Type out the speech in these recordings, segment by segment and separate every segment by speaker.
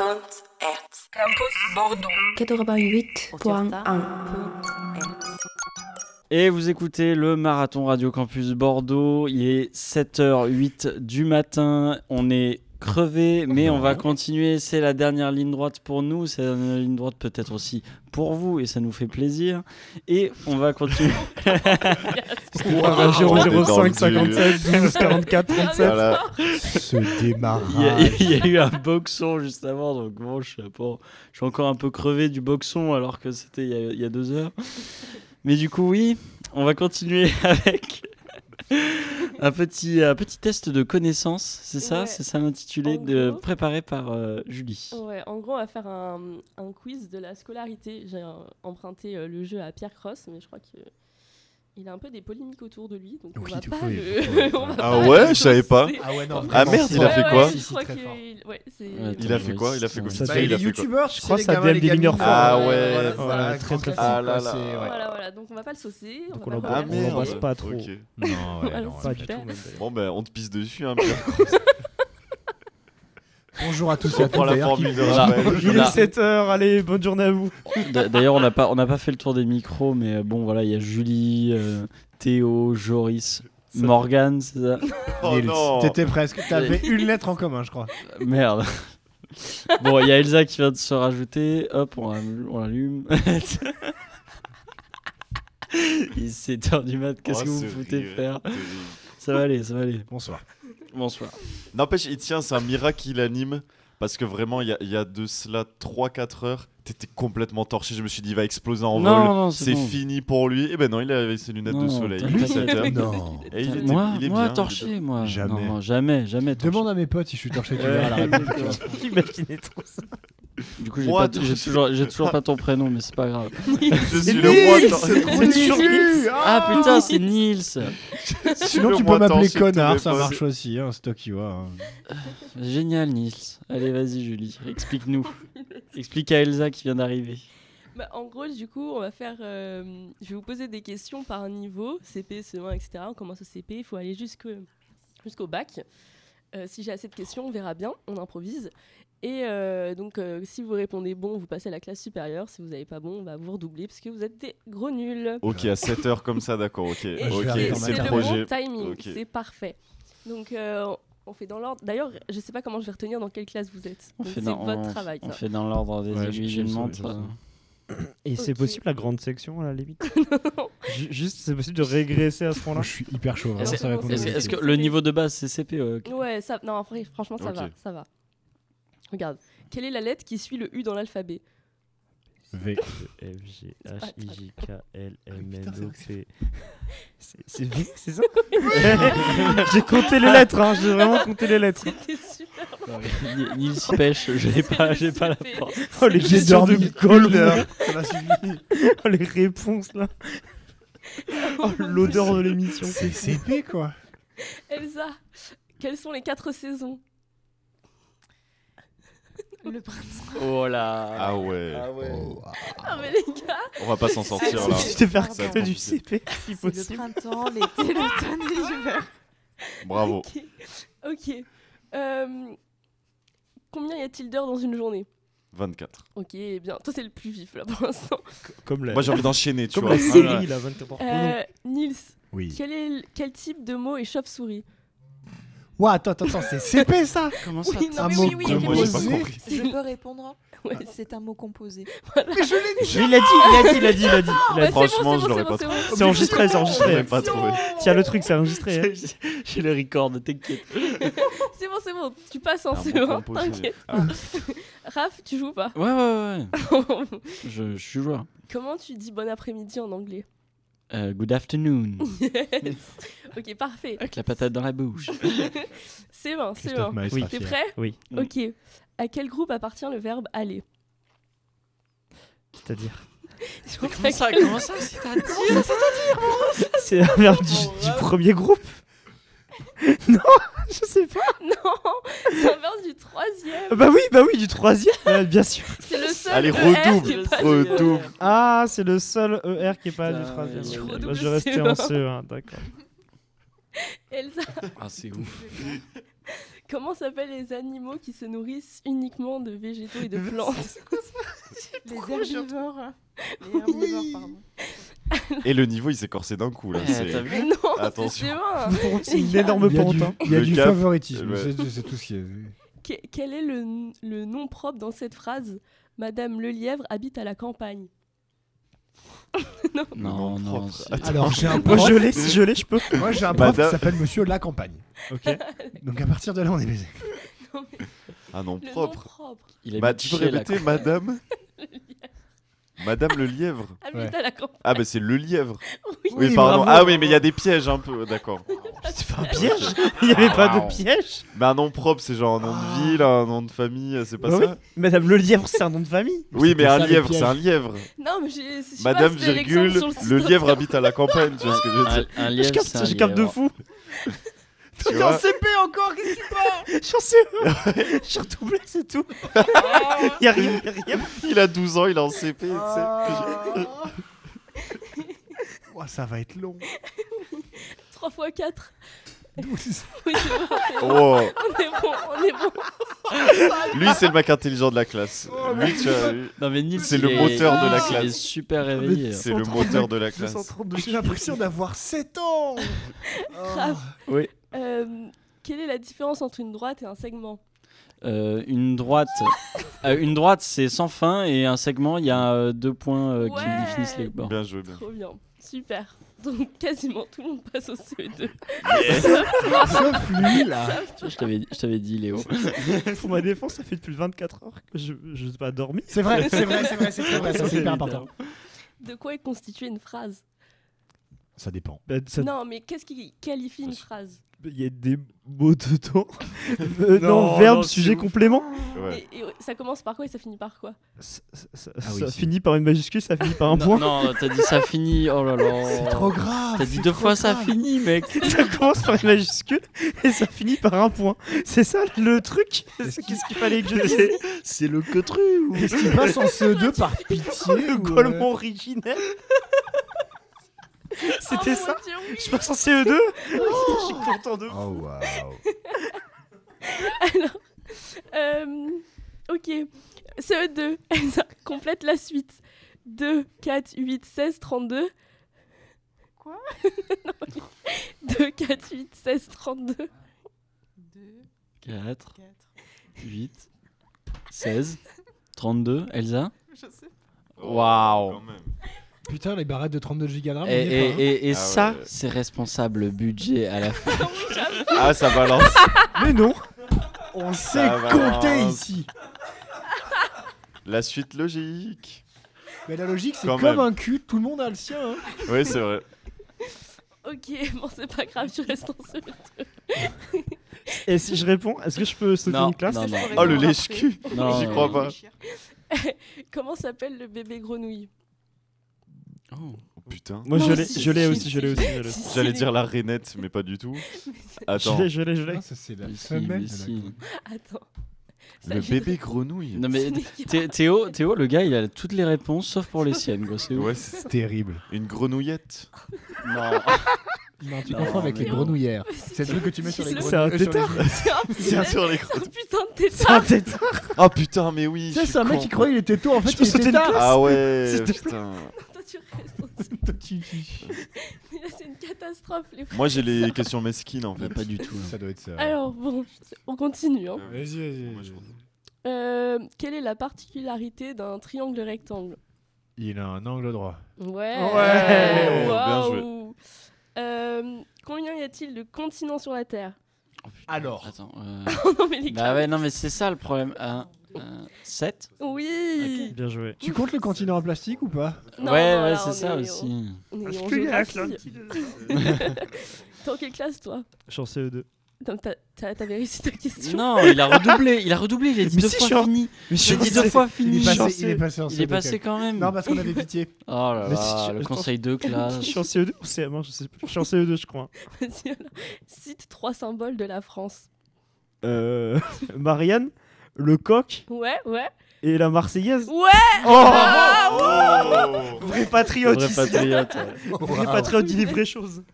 Speaker 1: 88.1 Campus Bordeaux
Speaker 2: 88.1
Speaker 3: Et vous écoutez le Marathon Radio Campus Bordeaux. Il est 7h08 du matin. On est crevé, mais on va continuer. C'est la dernière ligne droite pour nous. C'est la dernière ligne droite peut-être aussi pour vous, et ça nous fait plaisir. Et on va continuer.
Speaker 4: Wow.
Speaker 5: 05,
Speaker 4: 57, 12, 44, 37.
Speaker 5: Voilà.
Speaker 4: Ce démarrage.
Speaker 3: Il y,
Speaker 6: Ah,
Speaker 3: a, il y a eu un boxon juste avant, donc bon, je suis, un peu- je suis encore un peu crevé du boxon alors que c'était il, y a- il y a deux heures. Mais du coup, oui, on va continuer avec un petit, un petit test de connaissance, c'est ça
Speaker 6: Ouais.
Speaker 3: C'est ça l'intitulé
Speaker 6: En
Speaker 3: de-
Speaker 6: gros.
Speaker 3: préparé par euh, Julie.
Speaker 6: Ouais, en gros, on va faire un, un quiz de la scolarité. J'ai euh, emprunté euh, le jeu à Pierre Cross, mais je crois que euh, il a un peu des polémiques autour de lui, donc on
Speaker 4: Oui,
Speaker 6: va
Speaker 4: de
Speaker 6: pas
Speaker 4: fou, il est
Speaker 6: le-
Speaker 4: fou,
Speaker 6: on va
Speaker 4: ouais.
Speaker 5: Ah
Speaker 6: pas
Speaker 5: ouais,
Speaker 6: le
Speaker 5: je savais pas.
Speaker 6: saucer.
Speaker 4: Ah ouais, non.
Speaker 5: Ah merde, il a
Speaker 6: Ouais,
Speaker 5: fait
Speaker 6: ouais,
Speaker 5: quoi
Speaker 6: Je crois
Speaker 4: Si, si, très
Speaker 6: qu'il- ouais, c'est-
Speaker 5: Il a fait quoi Il a fait quoi
Speaker 4: Ça
Speaker 5: Ça,
Speaker 4: fait-
Speaker 5: il
Speaker 7: les
Speaker 5: a fait quoi
Speaker 7: youtubeurs, tu
Speaker 4: Je
Speaker 7: sais,
Speaker 4: crois
Speaker 7: les
Speaker 4: que ça
Speaker 7: gamins,
Speaker 4: vient
Speaker 7: les
Speaker 4: des
Speaker 7: gamines,
Speaker 4: mineurs
Speaker 7: euh,
Speaker 4: forts.
Speaker 5: Ah
Speaker 7: voilà,
Speaker 5: ouais,
Speaker 7: voilà,
Speaker 5: oh,
Speaker 7: voilà,
Speaker 4: très,
Speaker 7: grand
Speaker 4: très
Speaker 7: classique,
Speaker 5: fort. Ah là
Speaker 7: quoi,
Speaker 5: là.
Speaker 7: c'est- ouais.
Speaker 6: Voilà, voilà, donc on va pas le saucer.
Speaker 4: Donc
Speaker 6: va
Speaker 4: on l'embrasse.
Speaker 6: pas
Speaker 5: Ah
Speaker 6: le
Speaker 4: on
Speaker 5: merde.
Speaker 4: l'embrasse Ah, pas trop.
Speaker 5: Ok.
Speaker 7: Non, ouais,
Speaker 6: Voilà,
Speaker 7: non,
Speaker 6: c'est
Speaker 7: ouais,
Speaker 6: super.
Speaker 7: pas du tout, même.
Speaker 5: Bon ben on te pisse dessus hein. Pierre.
Speaker 4: Bonjour à tous et
Speaker 5: On
Speaker 4: à
Speaker 5: prend
Speaker 4: toutes.
Speaker 5: la
Speaker 4: d'ailleurs, qui-
Speaker 5: formule de
Speaker 3: Voilà.
Speaker 5: Raphaël.
Speaker 4: Il est
Speaker 3: Voilà.
Speaker 4: 7h, allez, bonne journée à vous.
Speaker 3: D'a- D'ailleurs, on n'a pas, on n'a pas fait le tour des micros, mais euh, bon, voilà, il y a Julie, euh, Théo, Joris, Morgane, c'est ça
Speaker 5: Oh
Speaker 7: Nils,
Speaker 5: non
Speaker 7: T'étais presque. T'avais une lettre en commun, je crois.
Speaker 3: Merde. Bon, il y a Elsa qui vient de se rajouter. Hop, on, l'allume- on l'allume. Il est 7h du mat, qu'est-ce
Speaker 5: Oh,
Speaker 3: que vous
Speaker 5: ce
Speaker 3: me foutez
Speaker 5: rire.
Speaker 3: faire
Speaker 5: Terrible.
Speaker 3: Ça va aller, ça va aller.
Speaker 7: Bonsoir.
Speaker 3: Bonsoir.
Speaker 5: N'empêche, il tient, c'est un miracle qu'il anime. Parce que vraiment, il y a, il y a de cela 3-4 heures, t'étais complètement torché. Je me suis dit, il va exploser en
Speaker 3: Non,
Speaker 5: vol.
Speaker 3: non, c'est
Speaker 5: C'est
Speaker 3: bon.
Speaker 5: fini pour lui. Et ben non, il avait ses lunettes
Speaker 3: Non,
Speaker 5: de soleil.
Speaker 3: t'as-
Speaker 5: Il est 7 heures.
Speaker 4: Ah Non.
Speaker 5: Et il était-
Speaker 3: moi,
Speaker 5: il est
Speaker 3: moi
Speaker 5: bien, il
Speaker 3: torché, moi.
Speaker 4: Jamais.
Speaker 3: Non, non, jamais, jamais torché.
Speaker 4: Demande à mes potes si je suis torché, tu
Speaker 3: Ouais,
Speaker 4: verras la réponse.
Speaker 3: exactement.
Speaker 7: J'imaginais trop ça.
Speaker 3: Du coup, j'ai
Speaker 5: Moi,
Speaker 3: pas- j'ai
Speaker 5: torché.
Speaker 3: toujours, j'ai toujours pas ton prénom, mais c'est pas grave.
Speaker 5: Je suis
Speaker 4: Mais
Speaker 5: le
Speaker 4: Nils,
Speaker 5: moins
Speaker 4: c'est trop
Speaker 5: torché.
Speaker 3: C'est toujours
Speaker 4: nul.
Speaker 3: Ah putain, c'est Nils.
Speaker 4: Sinon, tu peux m'appeler connard, ça marche aussi, hein, c'est toi qui vois. hein.
Speaker 3: Génial, Nils. Allez, vas-y, Julie, explique-nous. Explique à Elsa qui vient d'arriver.
Speaker 6: Bah, en gros, du coup, on va faire. euh, je vais vous poser des questions par niveau, CP, CE1, etc. On commence au CP, il faut aller jusque- jusqu'au bac. Euh, si j'ai assez de questions, on verra bien, on improvise. Et euh, donc, euh, si vous répondez bon, vous passez à la classe supérieure. Si vous n'avez pas bon, on va vous redoubler parce que vous êtes des gros nuls.
Speaker 5: Ok, à 7 heures comme ça, d'accord. Ok,
Speaker 6: Et
Speaker 4: je
Speaker 5: ok,
Speaker 4: vais
Speaker 6: c'est
Speaker 4: arriver en
Speaker 5: c'est
Speaker 6: c'est
Speaker 4: même
Speaker 5: le
Speaker 6: le
Speaker 4: temps.
Speaker 6: bon
Speaker 5: projet.
Speaker 6: timing,
Speaker 5: Ok.
Speaker 6: c'est parfait. Donc, euh, on fait dans l'ordre. D'ailleurs, je ne sais pas comment je vais retenir dans quelle classe vous êtes.
Speaker 3: On
Speaker 6: Donc,
Speaker 3: fait
Speaker 6: C'est
Speaker 3: dans,
Speaker 6: votre
Speaker 3: on-
Speaker 6: travail.
Speaker 3: on
Speaker 6: ça.
Speaker 3: fait dans l'ordre des
Speaker 4: Ouais, je-
Speaker 3: aiguilles
Speaker 4: je
Speaker 3: d'une
Speaker 4: sais,
Speaker 3: montre.
Speaker 4: je sais.
Speaker 7: Et c'est
Speaker 6: Ok.
Speaker 7: possible la grande section à la limite Ju- Juste, c'est possible de régresser à ce
Speaker 4: Moi,
Speaker 7: point-là
Speaker 4: je suis hyper chaud.
Speaker 6: Est-ce-
Speaker 4: vraiment, ça répond
Speaker 6: est-ce-
Speaker 4: aux
Speaker 3: Est-ce est-ce que
Speaker 4: questions.
Speaker 3: le niveau de base c'est CP ouais, ok.
Speaker 6: Ouais, ça, non, fr- franchement, ça
Speaker 5: Ok.
Speaker 6: va, ça va. Regarde, quelle est la lettre qui suit le U dans l'alphabet
Speaker 4: V.
Speaker 7: F, G,
Speaker 6: H,
Speaker 7: H,
Speaker 6: I,
Speaker 7: I,
Speaker 6: J,
Speaker 7: J, K, L, M, N, O, P. C'est bien, c'est ça J'ai compté les lettres, hein, j'ai vraiment compté les lettres.
Speaker 6: C'était super.
Speaker 3: Ni- Nils y pêche, j'ai
Speaker 6: C'est E.
Speaker 3: pas,
Speaker 6: le
Speaker 3: j'ai pas la
Speaker 6: CP.
Speaker 3: force.
Speaker 7: Oh, les
Speaker 4: J'ai
Speaker 7: questions
Speaker 4: dormi
Speaker 7: de
Speaker 4: une
Speaker 7: colle,
Speaker 4: heure. Ça m'a suffi.
Speaker 7: oh, les réponses là. Oh, l'odeur de l'émission.
Speaker 4: C'est CP quoi.
Speaker 6: Elsa, quelles sont les quatre saisons Le printemps.
Speaker 3: Oh là.
Speaker 5: Ah ouais,
Speaker 4: Oh,
Speaker 6: Ah, mais les gars,
Speaker 5: on va pas s'en sortir là.
Speaker 7: Je te faire
Speaker 5: Ça
Speaker 7: que du
Speaker 5: compliqué.
Speaker 7: CP si
Speaker 2: C'est le
Speaker 7: possible.
Speaker 2: printemps, l'été, l'automne et l'hiver.
Speaker 5: Bravo.
Speaker 6: ok. ok. Euh, combien y a-t-il d'heures dans une journée
Speaker 5: 24.
Speaker 6: Ok, eh bien, toi, c'est le plus vif là pour l'instant.
Speaker 7: Comme la,
Speaker 5: Moi j'ai envie d'enchaîner, tu
Speaker 7: comme
Speaker 5: vois.
Speaker 4: Ah
Speaker 7: la série, là, 24 heures chrono.
Speaker 6: Euh, Nils,
Speaker 4: Oui.
Speaker 6: quel, est, le- quel type de mot est chauve-souris
Speaker 4: Ouah, attends, attends, attends, c'est CP ça.
Speaker 3: Comment ça
Speaker 2: Oui, non,
Speaker 4: Un
Speaker 2: mais
Speaker 4: mot
Speaker 2: oui, oui,
Speaker 5: Ah, Moi j'ai pas
Speaker 4: composé.
Speaker 5: compris.
Speaker 2: Je peux répondre
Speaker 6: Ouais,
Speaker 2: C'est un mot composé.
Speaker 7: Il l'a dit, il l'a dit, il l'a dit, il l'a dit. il l'a
Speaker 6: Ouais, c'est
Speaker 7: dit.
Speaker 6: bon,
Speaker 5: Franchement,
Speaker 6: c'est
Speaker 5: je
Speaker 6: bon,
Speaker 5: l'aurais
Speaker 6: c'est
Speaker 5: pas
Speaker 6: bon, c'est bon.
Speaker 7: C'est enregistré, c'est enregistré.
Speaker 5: J'aurais pas trouvé.
Speaker 7: Tiens, le truc, c'est enregistré. hein.
Speaker 3: J'ai le record, t'inquiète.
Speaker 6: C'est bon, c'est bon, tu passes en
Speaker 5: Un mot
Speaker 6: CE1,
Speaker 5: composé.
Speaker 6: t'inquiète.
Speaker 5: Ah.
Speaker 6: Raph, tu joues ou pas
Speaker 3: Ouais, ouais, ouais. Je, je suis joueur.
Speaker 6: Comment tu dis bon après-midi en anglais
Speaker 3: Euh, good afternoon.
Speaker 6: Yes. Ok, parfait.
Speaker 3: Avec la patate dans la bouche.
Speaker 6: C'est bon, c'est
Speaker 4: Christophe
Speaker 6: bon.
Speaker 4: Maé
Speaker 7: Oui.
Speaker 4: sera
Speaker 6: T'es
Speaker 4: fier.
Speaker 6: prêt
Speaker 7: Oui.
Speaker 3: Mm.
Speaker 6: Ok. À quel groupe appartient le verbe aller
Speaker 7: C'est-à-dire.
Speaker 3: Comment ça, comment ça, c'est à dire
Speaker 7: C'est la verbe du,
Speaker 4: Oh,
Speaker 7: du premier groupe Non, je sais pas.
Speaker 6: Non, c'est un verbe du troisième.
Speaker 7: Ah Bah oui, bah oui, du troisième, euh, bien sûr.
Speaker 6: C'est le seul.
Speaker 5: Allez,
Speaker 6: ER qui est
Speaker 5: redouble,
Speaker 6: pas-
Speaker 5: redouble.
Speaker 7: Ah, c'est le seul ER qui est pas
Speaker 3: Putain,
Speaker 7: du troisième.
Speaker 3: ouais,
Speaker 7: Moi,
Speaker 3: ouais,
Speaker 6: ouais.
Speaker 7: je E restais en CE1, d'accord.
Speaker 6: Elsa,
Speaker 3: Ah, c'est ouf.
Speaker 6: Comment s'appellent les animaux qui se nourrissent uniquement de végétaux et de plantes
Speaker 2: Les herbivores. Les herbivores, pardon.
Speaker 5: Et le niveau, il s'est corsé d'un coup, là.
Speaker 3: Eh,
Speaker 5: c'est-
Speaker 3: t'as vu
Speaker 6: Mais non,
Speaker 5: Attention.
Speaker 6: c'est loin.
Speaker 7: C'est
Speaker 6: Les
Speaker 7: une
Speaker 6: gars,
Speaker 7: énorme
Speaker 4: Ah, Il y a
Speaker 7: pente.
Speaker 4: du,
Speaker 7: hein.
Speaker 4: il y a
Speaker 5: Le
Speaker 4: du
Speaker 5: cap.
Speaker 4: favoritisme,
Speaker 5: Ouais.
Speaker 4: c'est c'est tout ce qu'il y a.
Speaker 6: Que- quel est le, n- le nom propre dans cette phrase Madame Lelièvre habite à la campagne.
Speaker 3: Non,
Speaker 5: Non,
Speaker 3: non.
Speaker 5: propre.
Speaker 3: c'est-
Speaker 4: Alors, j'ai un
Speaker 7: Moi
Speaker 4: prof,
Speaker 7: je l'ai, si je l'ai, je peux.
Speaker 4: moi, j'ai un prof qui
Speaker 5: Madame-
Speaker 4: s'appelle Monsieur La Campagne.
Speaker 7: Ok.
Speaker 4: Donc, à partir de là, on est baisé.
Speaker 6: Non, mais
Speaker 5: Un nom
Speaker 6: le nom
Speaker 5: propre.
Speaker 6: propre
Speaker 3: Il
Speaker 5: Ma-
Speaker 3: habite
Speaker 5: Bah, tu peux
Speaker 3: chez la
Speaker 5: répéter, madame Madame le lièvre.
Speaker 6: habite
Speaker 4: Ouais.
Speaker 6: à la campagne.
Speaker 5: Ah, bah c'est le lièvre.
Speaker 6: Oui.
Speaker 5: Oui,
Speaker 7: Oui,
Speaker 5: pardon.
Speaker 7: bravo.
Speaker 5: Ah, oui, mais il y a des pièges un peu, d'accord.
Speaker 7: C'est pas un piège Il n'y avait pas de
Speaker 5: Wow.
Speaker 7: piège
Speaker 5: Mais un nom propre, c'est genre un nom
Speaker 7: Ah.
Speaker 5: de ville, un nom de famille, c'est pas
Speaker 7: Bah
Speaker 5: ça
Speaker 7: Madame Le Lièvre, c'est un nom de famille
Speaker 5: Oui, mais
Speaker 4: ça,
Speaker 5: un
Speaker 4: le
Speaker 5: lièvre,
Speaker 4: piège.
Speaker 5: c'est un lièvre.
Speaker 6: Non, mais j'ai. je sais pas,
Speaker 5: Madame,
Speaker 6: c'était l'exemple
Speaker 5: virgule,
Speaker 6: sur site
Speaker 5: le lièvre habite à la campagne, tu vois ce que je veux
Speaker 3: Un,
Speaker 5: dire
Speaker 3: un
Speaker 7: Je
Speaker 3: lièvre, c'est un
Speaker 7: capte, je capte de
Speaker 3: lièvre.
Speaker 7: fou
Speaker 5: tu
Speaker 7: J'étais en
Speaker 5: vois
Speaker 7: CP encore, qu'est-ce qui se passe Je suis en CE Je suis redoublé, c'est tout
Speaker 4: Ah.
Speaker 7: Y'a rien, y'a
Speaker 4: Bah,
Speaker 7: rien
Speaker 5: Il a 12 ans, il est en CP, tu sais.
Speaker 4: Oh, ça va être long.
Speaker 6: 3 x 4.
Speaker 4: Douze.
Speaker 6: Oui, c'est bon, c'est bon.
Speaker 5: Oh.
Speaker 6: On est bon, on est bon.
Speaker 5: Lui, c'est le mec intelligent de Oh, la classe. Lui, tu vois, lui,
Speaker 3: Non, mais Nils,
Speaker 5: C'est le
Speaker 3: il est-
Speaker 5: moteur de
Speaker 3: il
Speaker 5: la
Speaker 3: est
Speaker 5: classe. Ah,
Speaker 3: super réveillé. hein.
Speaker 5: c'est le moteur de la classe.
Speaker 7: 232
Speaker 4: J'ai l'impression d'avoir 7 ans.
Speaker 7: Oh.
Speaker 6: Grave.
Speaker 7: Oui.
Speaker 6: Euh, quelle est la différence entre une droite et un segment
Speaker 3: Euh, une droite, euh, une droite, c'est sans fin et un segment, il y a euh, deux points euh, qui
Speaker 6: Ouais.
Speaker 3: définissent les bords.
Speaker 5: Bien joué, bien.
Speaker 6: Trop bien. Super. Donc quasiment tout le monde passe au E CE2.
Speaker 4: Sauf lui,
Speaker 5: Ah.
Speaker 4: là.
Speaker 3: Je t'avais, je t'avais dit, Léo.
Speaker 7: Pour ma défense, ça fait depuis le 24 heures que je je n'ai pas dormi.
Speaker 4: C'est vrai, c'est vrai, c'est vrai, c'est très vrai, ça, c'est hyper
Speaker 7: évident.
Speaker 4: important.
Speaker 6: De quoi est constituée une phrase
Speaker 4: Ça dépend.
Speaker 7: Bah, ça-
Speaker 6: Non, mais qu'est-ce qui qualifie une phrase
Speaker 7: Il y a des mots dedans. Euh, non,
Speaker 5: Non,
Speaker 7: verbe,
Speaker 5: non, c'est
Speaker 7: sujet,
Speaker 5: ouf. Ah
Speaker 7: complément.
Speaker 5: Ouais.
Speaker 6: et, et ça commence par quoi et ça finit par quoi
Speaker 7: Ça, ça-
Speaker 4: Ah oui,
Speaker 7: ça
Speaker 4: si.
Speaker 7: finit par une majuscule, ça finit par un
Speaker 3: non,
Speaker 7: point.
Speaker 3: non, t'as dit ça finit. Oh là là.
Speaker 4: C'est trop grave.
Speaker 3: T'as dit
Speaker 4: c'est
Speaker 3: deux
Speaker 4: trop
Speaker 3: fois ça
Speaker 4: grave.
Speaker 3: finit, mec.
Speaker 7: ça commence par une majuscule et ça finit par un point. C'est ça le truc Qu'est-ce qu'il fallait que je dise
Speaker 4: C'est le cotru ou Est-ce qu'il passe en CE2 par pitié
Speaker 7: Le
Speaker 4: ou, euh,
Speaker 7: collement originel C'était
Speaker 6: Oh mon
Speaker 7: ça
Speaker 6: Dieu, oui.
Speaker 7: Je passe en CE2 Je suis content de
Speaker 4: Oh waouh.
Speaker 6: Euh, ok. CE2, ça complète la suite. 2, 4, 8, 16, 32.
Speaker 2: Quoi
Speaker 6: 2, 4, 8, 16, 32.
Speaker 2: 2,
Speaker 3: 4,
Speaker 2: 4.
Speaker 3: 8, 16, 32. Elsa
Speaker 2: Je sais.
Speaker 3: Waouh.
Speaker 4: Oh,
Speaker 5: Quand même.
Speaker 4: Putain, les barrettes de 32 Go de RAM.
Speaker 3: Et, et,
Speaker 4: hein.
Speaker 3: et- et
Speaker 5: Ah
Speaker 3: ça,
Speaker 5: ouais.
Speaker 3: c'est responsable budget à la fin.
Speaker 5: Ah, ça balance.
Speaker 7: Mais non
Speaker 4: On sait
Speaker 5: Ça va.
Speaker 4: compter ici.
Speaker 5: La suite logique.
Speaker 4: Mais la logique, c'est
Speaker 5: Quand
Speaker 4: comme
Speaker 5: même.
Speaker 4: un cul, tout le monde a le sien. hein.
Speaker 5: Oui, c'est vrai.
Speaker 6: Ok, bon, c'est pas grave, tu restes en CE2.
Speaker 7: Et si je réponds, est-ce que je peux sauter
Speaker 3: Non,
Speaker 7: une classe
Speaker 3: non, non.
Speaker 5: Oh, le lèche-cul.
Speaker 3: Non,
Speaker 5: J'y
Speaker 3: non,
Speaker 5: crois
Speaker 3: non.
Speaker 5: pas.
Speaker 6: Comment s'appelle le bébé grenouille
Speaker 3: Oh.
Speaker 5: Oh, Putain.
Speaker 7: Moi je
Speaker 6: Non,
Speaker 7: l'ai,
Speaker 6: si,
Speaker 7: je l'ai
Speaker 6: si,
Speaker 7: aussi,
Speaker 6: si,
Speaker 7: je l'ai
Speaker 6: si.
Speaker 7: aussi, je l'ai.
Speaker 6: Si, si,
Speaker 5: J'allais
Speaker 6: les-
Speaker 5: dire la rainette, mais pas du tout.
Speaker 7: Je
Speaker 5: Attends.
Speaker 7: l'ai, je l'ai, je l'ai.
Speaker 4: Ah, ça, c'est la
Speaker 3: Ici,
Speaker 4: femelle.
Speaker 3: ici.
Speaker 6: Attends.
Speaker 5: Le bébé grenouille.
Speaker 3: Non, mais
Speaker 6: Mais...
Speaker 3: Thé- Théo, Théo, le gars, il a toutes les réponses sauf pour les siennes, quoi. C'est ouf.
Speaker 5: Ouais, c'est-
Speaker 4: C'est terrible.
Speaker 5: une grenouillette.
Speaker 3: Non.
Speaker 4: Non, tu
Speaker 3: Non,
Speaker 4: confonds avec
Speaker 3: mais
Speaker 4: les
Speaker 3: non.
Speaker 4: grenouillères. C'est le truc que tu mets sur les
Speaker 6: C'est
Speaker 7: C'est un
Speaker 4: grenouilles.
Speaker 7: tétard
Speaker 6: C'est un
Speaker 5: Bien
Speaker 6: putain,
Speaker 5: sûr, les
Speaker 6: c'est
Speaker 5: grenouilles.
Speaker 6: un putain de
Speaker 7: C'est un
Speaker 6: tétard.
Speaker 7: tétard
Speaker 5: Ah putain, mais oui. je
Speaker 4: C'est
Speaker 5: suis
Speaker 4: un mec
Speaker 5: con.
Speaker 4: qui croyait il était tôt, en fait,
Speaker 7: Je peux
Speaker 4: il
Speaker 7: sauter
Speaker 4: était
Speaker 7: une
Speaker 4: tard.
Speaker 5: Ah ouais,
Speaker 7: S'il te plaît.
Speaker 5: putain.
Speaker 6: Toi, tu restes en CE2. Mais là, c'est une catastrophe, les frères.
Speaker 5: Moi, j'ai les questions mesquines en
Speaker 3: Bah,
Speaker 5: fait.
Speaker 3: pas du tout.
Speaker 4: Ça doit être ça.
Speaker 6: Alors, bon, on continue. hein.
Speaker 4: Vas-y,
Speaker 5: Moi, je
Speaker 4: vas-y.
Speaker 5: continue.
Speaker 6: Euh, quelle est la particularité d'un triangle rectangle
Speaker 4: Il a un angle droit.
Speaker 6: Ouais,
Speaker 7: Ouais.
Speaker 5: Bien joué.
Speaker 6: Waouh. Euh, Combien y a-t-il de continents sur la Terre
Speaker 4: Alors.
Speaker 3: Attends. euh,
Speaker 6: Non mais les gars.
Speaker 3: Bah ouais, non, mais c'est ça le problème. 7
Speaker 6: Oui.
Speaker 7: Ah Bien joué.
Speaker 4: Tu comptes le continent en plastique ou pas
Speaker 6: Non,
Speaker 3: Ouais,
Speaker 6: non,
Speaker 3: ouais,
Speaker 6: là,
Speaker 3: c'est
Speaker 6: on
Speaker 3: ça
Speaker 6: est-
Speaker 3: aussi.
Speaker 6: on est en
Speaker 7: Est-ce qu'il y a
Speaker 6: géographie.
Speaker 7: Atlantide
Speaker 6: T'es en quelle classe toi
Speaker 7: Je suis en CE2.
Speaker 6: Non, t'as- t'as- T'avais réussi ta question.
Speaker 3: Non, il a redoublé, il a redoublé, il a dit
Speaker 7: Mais
Speaker 3: deux
Speaker 7: si, je suis
Speaker 3: fois
Speaker 7: en-
Speaker 3: fini.
Speaker 7: Mais
Speaker 3: Il a dit deux fois fini.
Speaker 4: il est,
Speaker 7: passé-
Speaker 4: passé,
Speaker 7: chanceux. il est
Speaker 4: en
Speaker 3: Il est passé quand même.
Speaker 4: Non, parce qu'on avait pitié.
Speaker 3: Oh là
Speaker 7: Mais si, je-
Speaker 3: là, le
Speaker 7: je pense-
Speaker 3: conseil de
Speaker 7: Je
Speaker 3: classe.
Speaker 7: suis en CE2 E ou CM1, je sais plus. Je suis en CE2, je crois.
Speaker 6: Vas-y, alors. Cite trois symboles de la France.
Speaker 7: Euh... Marianne, le coq
Speaker 6: Ouais, ouais.
Speaker 7: et la Marseillaise.
Speaker 6: Ouais
Speaker 7: Oh
Speaker 5: Oh
Speaker 7: Vrai patriote
Speaker 3: Vrai
Speaker 7: ici.
Speaker 3: patriote, ouais.
Speaker 7: Vrai patriote dit les vraies choses.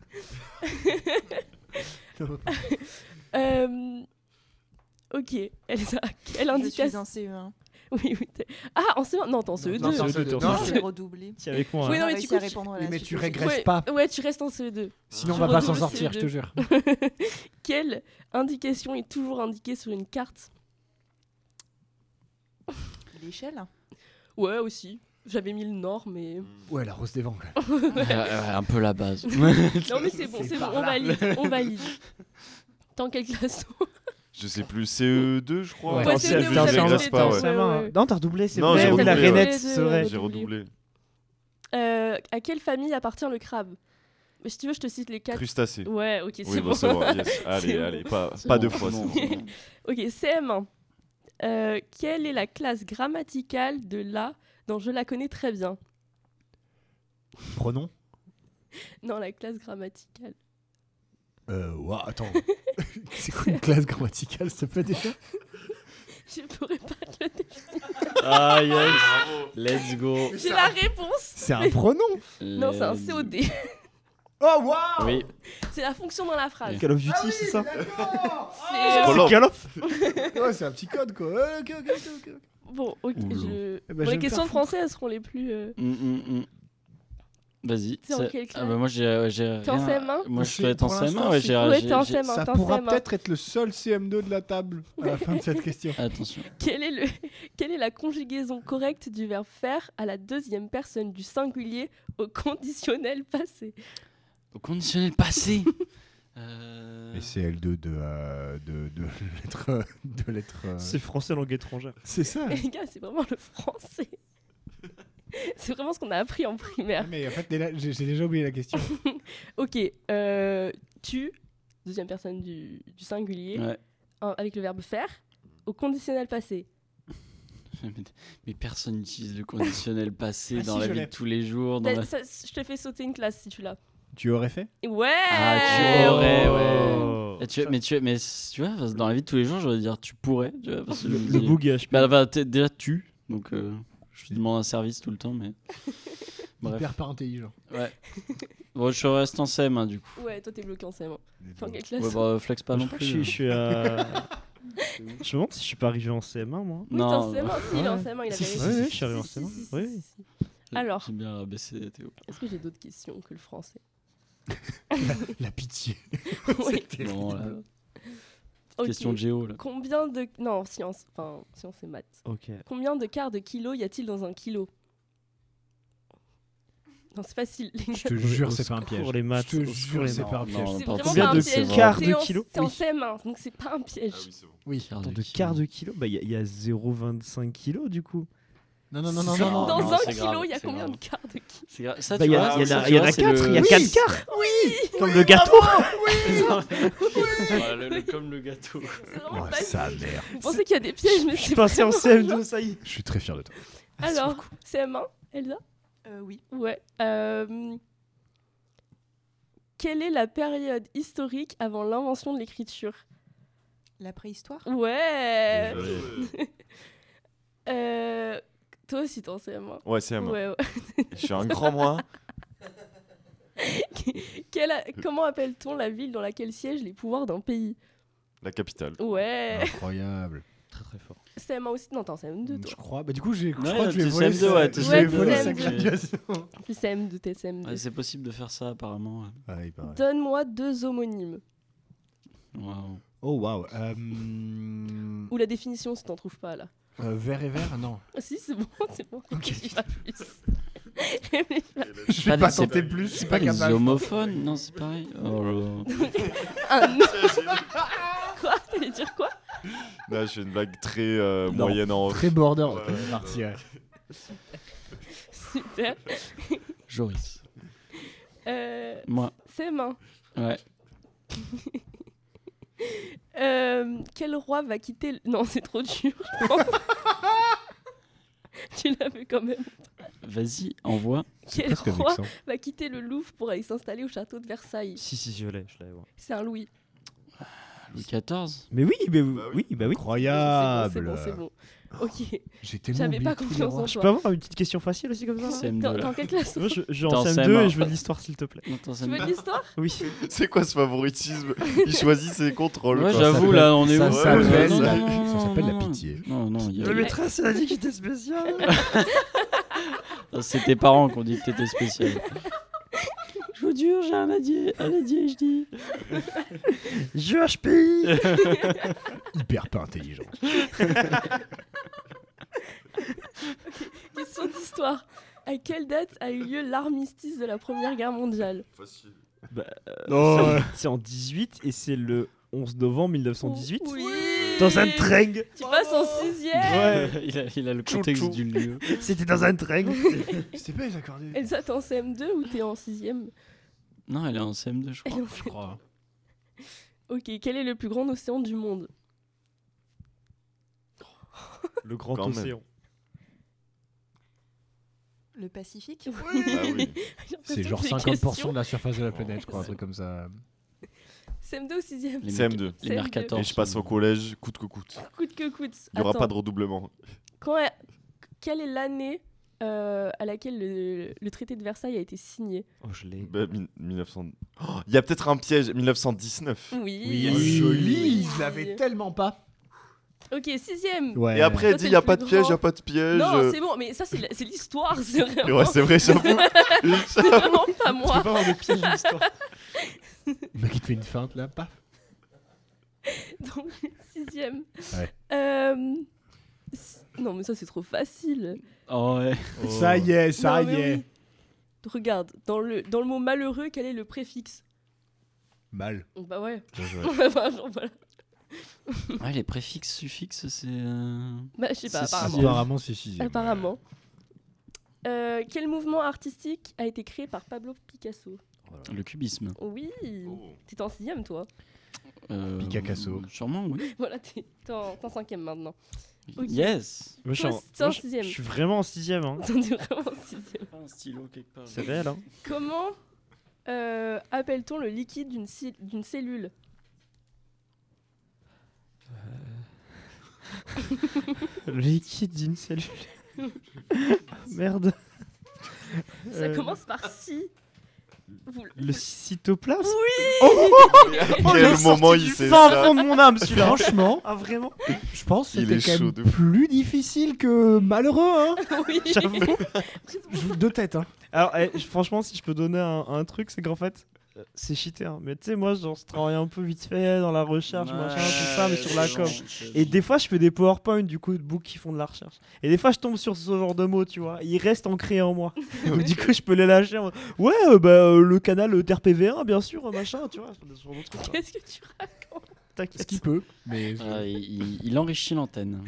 Speaker 6: Euh, Ok, elle, est à
Speaker 2: Je
Speaker 6: quelle
Speaker 2: suis E
Speaker 6: indication
Speaker 2: en CE1.
Speaker 6: Oui, oui. t'es- Ah, en CE1 Non, t'es en CE2.
Speaker 7: non, t'es en CE2,
Speaker 2: Non,
Speaker 7: je-
Speaker 2: j'ai redoublé.
Speaker 7: Tiens avec moi.
Speaker 6: Oui,
Speaker 7: hein.
Speaker 2: J'ai
Speaker 6: non, mais
Speaker 2: réussi
Speaker 6: du
Speaker 2: à
Speaker 6: coup, tu-
Speaker 2: répondre à la
Speaker 8: Mais tu
Speaker 2: suite.
Speaker 8: régresses
Speaker 6: Ouais,
Speaker 8: pas.
Speaker 6: Ouais, tu restes en CE2.
Speaker 8: Sinon,
Speaker 6: je
Speaker 8: on va pas
Speaker 6: redouble
Speaker 8: s'en sortir,
Speaker 6: CE2.
Speaker 8: je te jure.
Speaker 6: Quelle indication est toujours indiquée sur une carte
Speaker 2: L'échelle
Speaker 6: Ouais, aussi. J'avais mis le nord, mais.
Speaker 8: Ouais, la rose des vents. quoi.
Speaker 3: un peu la base.
Speaker 6: Non, mais c'est bon,
Speaker 8: C'est
Speaker 6: c'est bon,
Speaker 8: par
Speaker 6: on
Speaker 8: là.
Speaker 6: valide. On valide. Tant qu'elle classe.
Speaker 5: Je sais plus, CE2, je crois.
Speaker 8: Ouais,
Speaker 6: Ouais,
Speaker 7: T'en
Speaker 6: c'est
Speaker 7: sais-
Speaker 6: le
Speaker 7: t'en
Speaker 6: nouveau
Speaker 7: sais-
Speaker 6: référent.
Speaker 7: t'en
Speaker 5: pas, ouais.
Speaker 7: sais un.
Speaker 6: Ouais, ouais.
Speaker 7: Non, t'as redoublé, c'est
Speaker 5: Non,
Speaker 7: vrai.
Speaker 5: j'ai
Speaker 7: ou la
Speaker 5: redoublé, ouais.
Speaker 7: rainette,
Speaker 6: Ouais,
Speaker 7: c'est vrai.
Speaker 5: J'ai redoublé.
Speaker 6: Euh, à quelle famille appartient le crabe Mais Si tu veux, je te cite les quatre.
Speaker 5: Crustacé.
Speaker 6: Ouais, ok, c'est
Speaker 5: Oui,
Speaker 6: bon.
Speaker 5: bah, ça va, yes.
Speaker 6: C'est
Speaker 5: Allez,
Speaker 6: bon.
Speaker 5: allez, pas,
Speaker 6: C'est
Speaker 5: pas
Speaker 3: bon,
Speaker 5: deux fois.
Speaker 3: c'est
Speaker 5: c'est
Speaker 3: bon.
Speaker 5: bon.
Speaker 6: Ok, CM1. Euh, quelle est la classe grammaticale de la dont je la connais très bien
Speaker 8: Pronom
Speaker 6: Non, la classe grammaticale.
Speaker 8: Euh, ouah, attends. c'est quoi une classe grammaticale, ça peut déjà
Speaker 6: Je pourrais pas te le dire.
Speaker 3: Ah yes, let's go.
Speaker 6: J'ai la réponse
Speaker 8: C'est un pronom
Speaker 6: Non, c'est un
Speaker 3: Let's-
Speaker 6: COD.
Speaker 8: Oh, waouh
Speaker 3: Oui.
Speaker 6: C'est la fonction dans la phrase.
Speaker 7: Call of Duty, c'est ça
Speaker 6: C'est- euh,
Speaker 5: Call of.
Speaker 7: Call of
Speaker 8: Ouais, c'est un petit code, quoi. Euh, Ok, ok, ok, ok.
Speaker 6: Bon, ok,
Speaker 3: Oulou.
Speaker 6: je...
Speaker 8: Eh ben, je
Speaker 6: Bon,
Speaker 8: vais
Speaker 6: les
Speaker 8: me
Speaker 6: questions
Speaker 8: faire
Speaker 6: de français, elles seront les plus. euh,
Speaker 3: Mm, mm, mm. Vas-y.
Speaker 6: C'est en
Speaker 3: ça-
Speaker 6: quelle classe
Speaker 3: ah bah moi j'ai euh, j'ai rien.
Speaker 6: T'es en CM1?
Speaker 3: Moi je
Speaker 8: C'est-
Speaker 3: peux être en
Speaker 8: pour
Speaker 3: CM1
Speaker 8: l'instant,
Speaker 3: ouais,
Speaker 8: c'est-
Speaker 3: j'ai
Speaker 6: Ouais,
Speaker 3: j'ai-
Speaker 6: t'es en
Speaker 3: j'ai-
Speaker 6: CM1,
Speaker 8: Ça
Speaker 6: t'es en
Speaker 8: pourra
Speaker 6: CM1.
Speaker 8: peut-être être le seul CM2 de la table à la fin de cette question.
Speaker 3: Attention.
Speaker 6: Quelle est, le... Quelle est la conjugaison correcte du verbe faire à la deuxième personne du singulier au conditionnel passé
Speaker 3: Au conditionnel passé. Euh,
Speaker 8: Et c'est L2 de, euh, de, de lettre. euh, De lettre euh,
Speaker 7: C'est français langue étrangère.
Speaker 8: C'est ça
Speaker 6: Et Eh, Les gars, c'est vraiment le français. c'est vraiment ce qu'on a appris en primaire.
Speaker 8: Mais en fait, dès là, j'ai j'ai déjà oublié la question.
Speaker 6: Ok, euh, tu, deuxième personne du, du singulier,
Speaker 3: Ouais.
Speaker 6: hein, avec le verbe faire au conditionnel passé.
Speaker 3: Mais, mais personne n'utilise le conditionnel passé
Speaker 8: Ah,
Speaker 3: dans
Speaker 8: si,
Speaker 3: la
Speaker 8: je
Speaker 3: vie de
Speaker 8: l'ai.
Speaker 3: tous les jours. Dans
Speaker 6: T'as-
Speaker 3: la...
Speaker 6: ça- je te fais sauter une classe si tu l'as.
Speaker 8: tu aurais fait
Speaker 6: Ouais
Speaker 3: Ah, tu
Speaker 6: ouais.
Speaker 3: aurais,
Speaker 7: Oh.
Speaker 3: Et Ah, tu, mais tu, mais tu vois, parce que dans la vie de tous les jours, j'aurais dire tu pourrais. Tu vois, parce que je
Speaker 7: Le,
Speaker 3: me
Speaker 7: le
Speaker 3: dis-
Speaker 7: bougage.
Speaker 3: Bah, bah, t'es- déjà tu, donc euh, je te demande un service tout le temps, mais bref.
Speaker 8: Hyper pas intelligent.
Speaker 3: Ouais. Bon, je reste en CM hein, du coup.
Speaker 6: Ouais, toi t'es bloqué en CM1. Enfin, quelle classe
Speaker 3: Ouais, bah, flex pas
Speaker 7: je
Speaker 3: non
Speaker 7: crois
Speaker 3: plus.
Speaker 7: que je suis- je suis à. Je me demande si je suis pas arrivé en CM1
Speaker 3: hein.
Speaker 7: moi.
Speaker 6: Oui, t'es en
Speaker 3: bah,
Speaker 6: CM1, si, il est en
Speaker 7: Ouais.
Speaker 6: CM1, il a
Speaker 7: Si,
Speaker 6: vérifié.
Speaker 7: si, si, si, je suis arrivé en
Speaker 6: Si, si,
Speaker 7: CM1,
Speaker 6: si, si,
Speaker 7: oui.
Speaker 6: si, si.
Speaker 3: J'ai-
Speaker 6: Alors.
Speaker 3: J'ai bien baissé Théo.
Speaker 6: Est-ce que j'ai d'autres questions que le français
Speaker 8: La pitié.
Speaker 6: Oui.
Speaker 3: Bon, là,
Speaker 6: Ok.
Speaker 3: Question de géo là.
Speaker 6: Combien de. Non, science. Enfin, science et maths.
Speaker 7: Ok.
Speaker 6: Combien de quarts de kilo y a-t-il dans un kilo Non, c'est facile, les gars.
Speaker 8: Je te jure, c'est pas un
Speaker 7: secours,
Speaker 8: piège.
Speaker 7: les maths,
Speaker 8: Je te
Speaker 7: au
Speaker 8: jure,
Speaker 7: secours,
Speaker 8: c'est
Speaker 7: les
Speaker 8: pas un
Speaker 3: maths.
Speaker 8: piège.
Speaker 3: Non,
Speaker 6: C'est
Speaker 3: pas-
Speaker 6: vraiment
Speaker 7: Combien
Speaker 6: pas un
Speaker 7: de
Speaker 6: piège.
Speaker 7: quarts de
Speaker 6: C'est en-
Speaker 7: kilo
Speaker 6: C'est en
Speaker 7: Oui.
Speaker 6: CM1, donc Ah c'est pas un piège.
Speaker 5: c'est bon.
Speaker 8: Oui.
Speaker 7: Attends, de quart de kilo Bah, il y, a- il y a 0,25 kilo du coup.
Speaker 8: Non, non, non, non,
Speaker 3: C'est
Speaker 8: non.
Speaker 3: ça.
Speaker 8: Ah non,
Speaker 6: Dans
Speaker 8: non.
Speaker 6: un
Speaker 3: c'est
Speaker 6: kilo,
Speaker 3: grave,
Speaker 6: il y a
Speaker 3: c'est
Speaker 6: combien
Speaker 3: grave.
Speaker 6: de quarts de kilo
Speaker 3: C'est gra- Ça,
Speaker 7: Bah,
Speaker 3: tu
Speaker 7: il y,
Speaker 3: vois,
Speaker 7: a- il y en
Speaker 3: ça,
Speaker 7: a-
Speaker 3: tu
Speaker 7: il y en
Speaker 3: vois,
Speaker 7: a
Speaker 3: c'est
Speaker 7: 4,
Speaker 3: le-
Speaker 7: il y a
Speaker 8: Oui.
Speaker 7: 4 quarts Comme le gâteau
Speaker 3: Voilà, le- Comme le gâteau.
Speaker 6: C'est vraiment
Speaker 8: Oh,
Speaker 6: pas
Speaker 8: sa mère.
Speaker 6: Vous pensez qu'il y a des pièges, mais
Speaker 7: Je suis
Speaker 6: c'est.
Speaker 7: passé en
Speaker 6: vraiment-
Speaker 7: CM2, ça y est
Speaker 8: Je suis très fier de toi.
Speaker 7: Ah,
Speaker 6: Alors, CM1, Elsa
Speaker 2: Euh, Oui.
Speaker 6: Ouais. euh, Quelle est la période historique avant l'invention de l'écriture
Speaker 2: La préhistoire
Speaker 6: Ouais
Speaker 5: Désolé.
Speaker 6: Euh, Toi aussi, t'en sais moi.
Speaker 5: Ouais, CM1.
Speaker 6: Ouais, ouais.
Speaker 5: Je suis un grand moi.
Speaker 6: Quelle a- Comment appelle-t-on la ville dans laquelle siègent les pouvoirs d'un pays
Speaker 5: La capitale.
Speaker 8: Ah.
Speaker 6: Ouais
Speaker 8: Incroyable.
Speaker 7: Très très fort.
Speaker 6: CM1 aussi Non, t'en CM2,
Speaker 8: Je
Speaker 6: toi.
Speaker 8: crois. Bah, du coup, j'ai- je
Speaker 3: Ouais,
Speaker 8: crois que je vais
Speaker 3: t'es
Speaker 8: voler
Speaker 3: CM2,
Speaker 8: sa-
Speaker 3: ouais,
Speaker 8: je
Speaker 3: t'es
Speaker 8: vais
Speaker 6: CM2.
Speaker 8: voler sa
Speaker 6: Ouais.
Speaker 8: graduation.
Speaker 6: Plus CM2, t'es CM2.
Speaker 3: Ouais, c'est possible de faire ça apparemment. ouais.
Speaker 8: Ah, il paraît.
Speaker 6: Donne-moi deux homonymes.
Speaker 3: Waouh.
Speaker 8: Oh, waouh. Euh,
Speaker 6: Ou la définition si t'en trouves pas, là.
Speaker 8: euh, Vert et vert, non.
Speaker 6: Ah, si, c'est bon, c'est bon. Réfléchis pas plus. Réfléchis pas.
Speaker 8: Je
Speaker 3: Pas
Speaker 8: vais pas
Speaker 3: les- c'est
Speaker 8: tenter plus, je suis
Speaker 3: Pas
Speaker 8: pas
Speaker 3: les
Speaker 8: capable.
Speaker 3: homophones, non, c'est pareil. Oh là là.
Speaker 6: Un nom Quoi T'allais dire quoi
Speaker 5: Là, j'ai une blague très euh,
Speaker 3: Non.
Speaker 5: moyenne en off.
Speaker 8: Très border.
Speaker 5: Ouais, ouais,
Speaker 8: C'est parti, ouais.
Speaker 6: Super.
Speaker 3: Joris.
Speaker 6: Euh,
Speaker 3: Moi.
Speaker 6: CM1.
Speaker 3: Ouais.
Speaker 6: Euh, quel roi va quitter... le- Non, c'est trop dur. je pense. tu l'as vu quand même.
Speaker 3: Vas-y, envoie.
Speaker 6: Quel roi va quitter le Louvre pour aller s'installer au château de Versailles
Speaker 7: Si, si, je l'ai, je l'ai. ouais.
Speaker 6: C'est un Louis.
Speaker 3: Louis XIV
Speaker 7: Mais oui, mais vous-
Speaker 5: Bah oui.
Speaker 7: oui, bah oui.
Speaker 4: Incroyable.
Speaker 6: C'est bon, c'est bon, c'est bon. Ok.
Speaker 8: J'ai tellement
Speaker 6: J'avais
Speaker 8: oublié
Speaker 6: pas
Speaker 8: tous les
Speaker 6: confiance en
Speaker 8: rois.
Speaker 7: hein. Je
Speaker 6: toi.
Speaker 7: peux avoir une petite question facile aussi comme ça là
Speaker 3: CM2,
Speaker 6: Dans,
Speaker 3: là.
Speaker 6: dans quelle classe
Speaker 7: Moi, je, je suis en
Speaker 3: Attends,
Speaker 7: CM2
Speaker 3: CM1.
Speaker 7: et je veux de l'histoire, s'il te plaît.
Speaker 3: Non, t'en sais
Speaker 6: Tu veux de
Speaker 3: pas.
Speaker 6: l'histoire
Speaker 7: Oui.
Speaker 5: C'est quoi ce favoritisme Il choisit ses contrôles.
Speaker 3: Ouais,
Speaker 5: quoi.
Speaker 3: j'avoue, là, on est
Speaker 8: ça
Speaker 3: où
Speaker 8: s'appelle-
Speaker 3: Non, non, non,
Speaker 8: ça
Speaker 3: non,
Speaker 8: s'appelle
Speaker 3: non,
Speaker 8: la
Speaker 3: non.
Speaker 8: pitié.
Speaker 3: Non, non, il y a-
Speaker 7: Le maîtresse, elle a dit qu'il était spécial.
Speaker 3: c'est tes parents qui ont dit que t'étais spécial. Je vous jure, j'ai un ADHD, un ADHD.
Speaker 7: Je HPI.
Speaker 8: Hyper pas intelligent.
Speaker 6: Question d'histoire. À quelle date a eu lieu l'armistice de la Première Guerre mondiale
Speaker 5: Facile.
Speaker 8: Oh,
Speaker 7: C'est en 18 et c'est le 11 novembre 1918.
Speaker 6: Oui
Speaker 7: Dans un train.
Speaker 6: Tu passes en sixième
Speaker 3: il, a, il a le contexte du lieu.
Speaker 7: C'était dans un train.
Speaker 8: C'était pas les accordés.
Speaker 6: Elsa, t'es en CM2 ou t'es en sixième
Speaker 3: Non, elle est en CM2, je
Speaker 6: Elle
Speaker 3: crois.
Speaker 6: est en CM2. Ok, quel est le plus grand océan du monde
Speaker 7: Le grand
Speaker 5: Quand même.
Speaker 7: océan.
Speaker 2: Le Pacifique
Speaker 5: Bah oui.
Speaker 6: J'ai
Speaker 8: C'est
Speaker 6: l'impression
Speaker 8: genre
Speaker 6: que les
Speaker 8: 50%
Speaker 6: questions-
Speaker 8: de la surface de la planète, quoi, un truc comme ça.
Speaker 6: CM2 ou sixième
Speaker 3: Les
Speaker 5: CM2.
Speaker 3: merc- Les mercators.
Speaker 5: Et je passe au collège, coûte que coûte.
Speaker 6: Coûte que coûte.
Speaker 5: Il n'y aura
Speaker 6: Attends.
Speaker 5: pas de redoublement.
Speaker 6: Quand est- Quelle est l'année euh, à laquelle le, le traité de Versailles a été signé
Speaker 7: Oh, je l'ai.
Speaker 5: Bah, mi- 1900. Oh, Il y a peut-être un piège. 1919.
Speaker 6: Oui.
Speaker 8: joli, je l'avais tellement pas.
Speaker 6: Ok, sixième.
Speaker 4: Ouais.
Speaker 5: Et
Speaker 6: Toi,
Speaker 5: après, il dit
Speaker 6: t'es
Speaker 5: il n'y a
Speaker 6: le
Speaker 5: pas de
Speaker 6: plus
Speaker 5: piège, il
Speaker 6: grand.
Speaker 5: n'y a pas de piège.
Speaker 6: Non, c'est bon, mais ça, c'est la- c'est l'histoire, c'est
Speaker 5: Et
Speaker 6: vraiment,
Speaker 5: ouais, c'est vrai, j'avoue.
Speaker 6: c'est vraiment pas
Speaker 7: Tu peux
Speaker 6: moi.
Speaker 7: pas avoir de piège dans l'histoire.
Speaker 8: Le mec, il te fait une feinte là, paf.
Speaker 6: Donc, sixième.
Speaker 8: Ouais.
Speaker 6: Euh, s- Non, mais ça, c'est trop facile.
Speaker 3: Oh, ouais.
Speaker 8: Ça y est, ça
Speaker 6: Non,
Speaker 8: y
Speaker 6: mais
Speaker 8: est.
Speaker 6: oui. Regarde, dans le, dans le mot malheureux, quel est le préfixe
Speaker 8: Mal.
Speaker 6: Bah ouais.
Speaker 8: Bien joué.
Speaker 6: Enfin, genre, voilà.
Speaker 3: Ouais, les préfixes, suffixes, c'est. euh,
Speaker 6: Bah, je sais pas,
Speaker 3: C'est
Speaker 6: apparemment.
Speaker 3: sixième.
Speaker 4: Apparemment, c'est sixième.
Speaker 6: Apparemment. Euh, quel mouvement artistique a été créé par Pablo Picasso
Speaker 3: Le cubisme.
Speaker 6: Oui
Speaker 8: Oh.
Speaker 6: T'es en sixième, toi
Speaker 3: Euh,
Speaker 8: Picasso.
Speaker 3: Sûrement, oui.
Speaker 6: Voilà, t'es t'es en t'es en cinquième maintenant. Ok.
Speaker 3: Yes.
Speaker 7: Moi, je suis en-
Speaker 6: Toi, c'est en
Speaker 7: moi, je-
Speaker 6: sixième.
Speaker 7: Je suis vraiment en sixième. Hein.
Speaker 6: T'en es vraiment en sixième.
Speaker 3: Un stylo quelque part.
Speaker 7: C'est réel. Hein.
Speaker 6: Comment euh, appelle-t-on le liquide d'une ci- d'une cellule
Speaker 7: Le liquide d'une cellule. Merde.
Speaker 6: Ça
Speaker 7: Euh,
Speaker 6: commence par si. Vous-
Speaker 7: Le cytoplasme Oh
Speaker 5: À quel moment il s'est
Speaker 7: fin
Speaker 5: ça
Speaker 7: fond de mon âme, celui-là.
Speaker 8: Franchement,
Speaker 7: ah, vraiment
Speaker 8: je pense que
Speaker 5: Il
Speaker 8: c'était
Speaker 5: est
Speaker 8: quand
Speaker 5: chaud
Speaker 8: même
Speaker 5: de ouf.
Speaker 8: plus difficile que malheureux, hein.
Speaker 6: Oui.
Speaker 7: J'avoue.
Speaker 8: Je vous le deux têtes, hein.
Speaker 7: Alors, eh, je- franchement, si je peux donner un, un truc, c'est qu'en fait, euh, c'est cheaté. hein. Mais tu sais, moi, genre, je travaille un peu vite fait dans la recherche, machin, tout ça, mais sur la com. Et des fois, je fais des PowerPoint du coup de books qui font de la recherche. Et des fois, je tombe sur ce genre de mots, tu vois. et Ils restent ancrés en moi. Donc, du coup, je peux les lâcher. en mode, Ouais, euh, bah, euh, le canal euh, TRPV1, bien sûr, euh, machin, tu vois. ce genre de truc, quoi.
Speaker 6: Qu'est-ce que tu racontes
Speaker 8: Ce
Speaker 7: T'inquiète.
Speaker 8: qu'il peut, mais
Speaker 3: Ah, il, il- il enrichit l'antenne.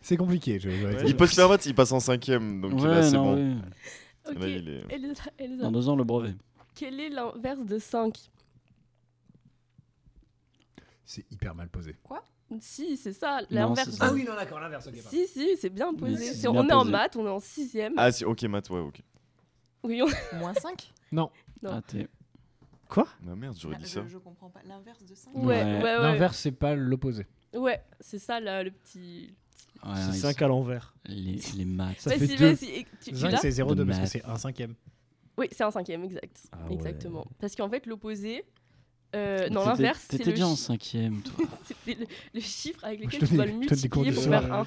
Speaker 8: c'est compliqué. Je...
Speaker 7: Ouais.
Speaker 5: Il peut se permettre, il passe en cinquième.
Speaker 7: bah,
Speaker 5: Donc là,
Speaker 3: ouais,
Speaker 5: c'est
Speaker 3: non,
Speaker 5: bon.
Speaker 3: ouais.
Speaker 6: Ok.
Speaker 5: Là, Ah, il est-
Speaker 6: Elsa, Elsa,
Speaker 3: Dans deux ans, le brevet.
Speaker 6: quel est l'inverse de 5
Speaker 8: C'est hyper mal posé.
Speaker 6: Si, c'est ça,
Speaker 3: c'est
Speaker 6: l'inverse.
Speaker 3: ça. Ah oui,
Speaker 8: non, d'accord, l'inverse, ok.
Speaker 6: Si, si, c'est bien posé.
Speaker 3: c'est
Speaker 6: Si on
Speaker 3: bien
Speaker 6: est en
Speaker 3: posé.
Speaker 6: maths, on est en sixième.
Speaker 5: Ah, si, ok, Matt, ouais, ok.
Speaker 6: Oui, on-
Speaker 2: Moins 5
Speaker 6: Non.
Speaker 3: Ah, t'es-
Speaker 5: Ah merde, j'aurais dit ça.
Speaker 2: je, je comprends pas. L'inverse de 5
Speaker 6: ouais, ouais, ouais.
Speaker 8: L'inverse, c'est pas l'opposé.
Speaker 6: Ouais, c'est ça là, le petit.
Speaker 3: ouais,
Speaker 7: C'est
Speaker 3: ils-
Speaker 7: 5 à l'envers.
Speaker 3: les, les maths.
Speaker 8: Ça
Speaker 6: Vas-y,
Speaker 8: fait
Speaker 6: vas-y,
Speaker 8: deux.
Speaker 6: et- tu- tu
Speaker 8: Zinc,
Speaker 6: l'as
Speaker 8: c'est 0,2 parce que
Speaker 3: Math.
Speaker 8: c'est un cinquième.
Speaker 6: Oui, c'est un cinquième, exact.
Speaker 7: Ah ouais.
Speaker 6: Exactement. Parce qu'en fait, l'opposé. euh, non,
Speaker 3: T'étais-
Speaker 6: l'inverse, c'est
Speaker 3: T'étais
Speaker 6: le,
Speaker 3: bien en
Speaker 6: chi-
Speaker 3: cinquième, toi.
Speaker 6: c'était le, le chiffre avec
Speaker 8: Moi, je
Speaker 6: lequel tu
Speaker 8: donne
Speaker 6: dois
Speaker 8: des-
Speaker 6: le
Speaker 8: je donne des cours
Speaker 6: multiplier
Speaker 8: de
Speaker 6: pour
Speaker 8: soir.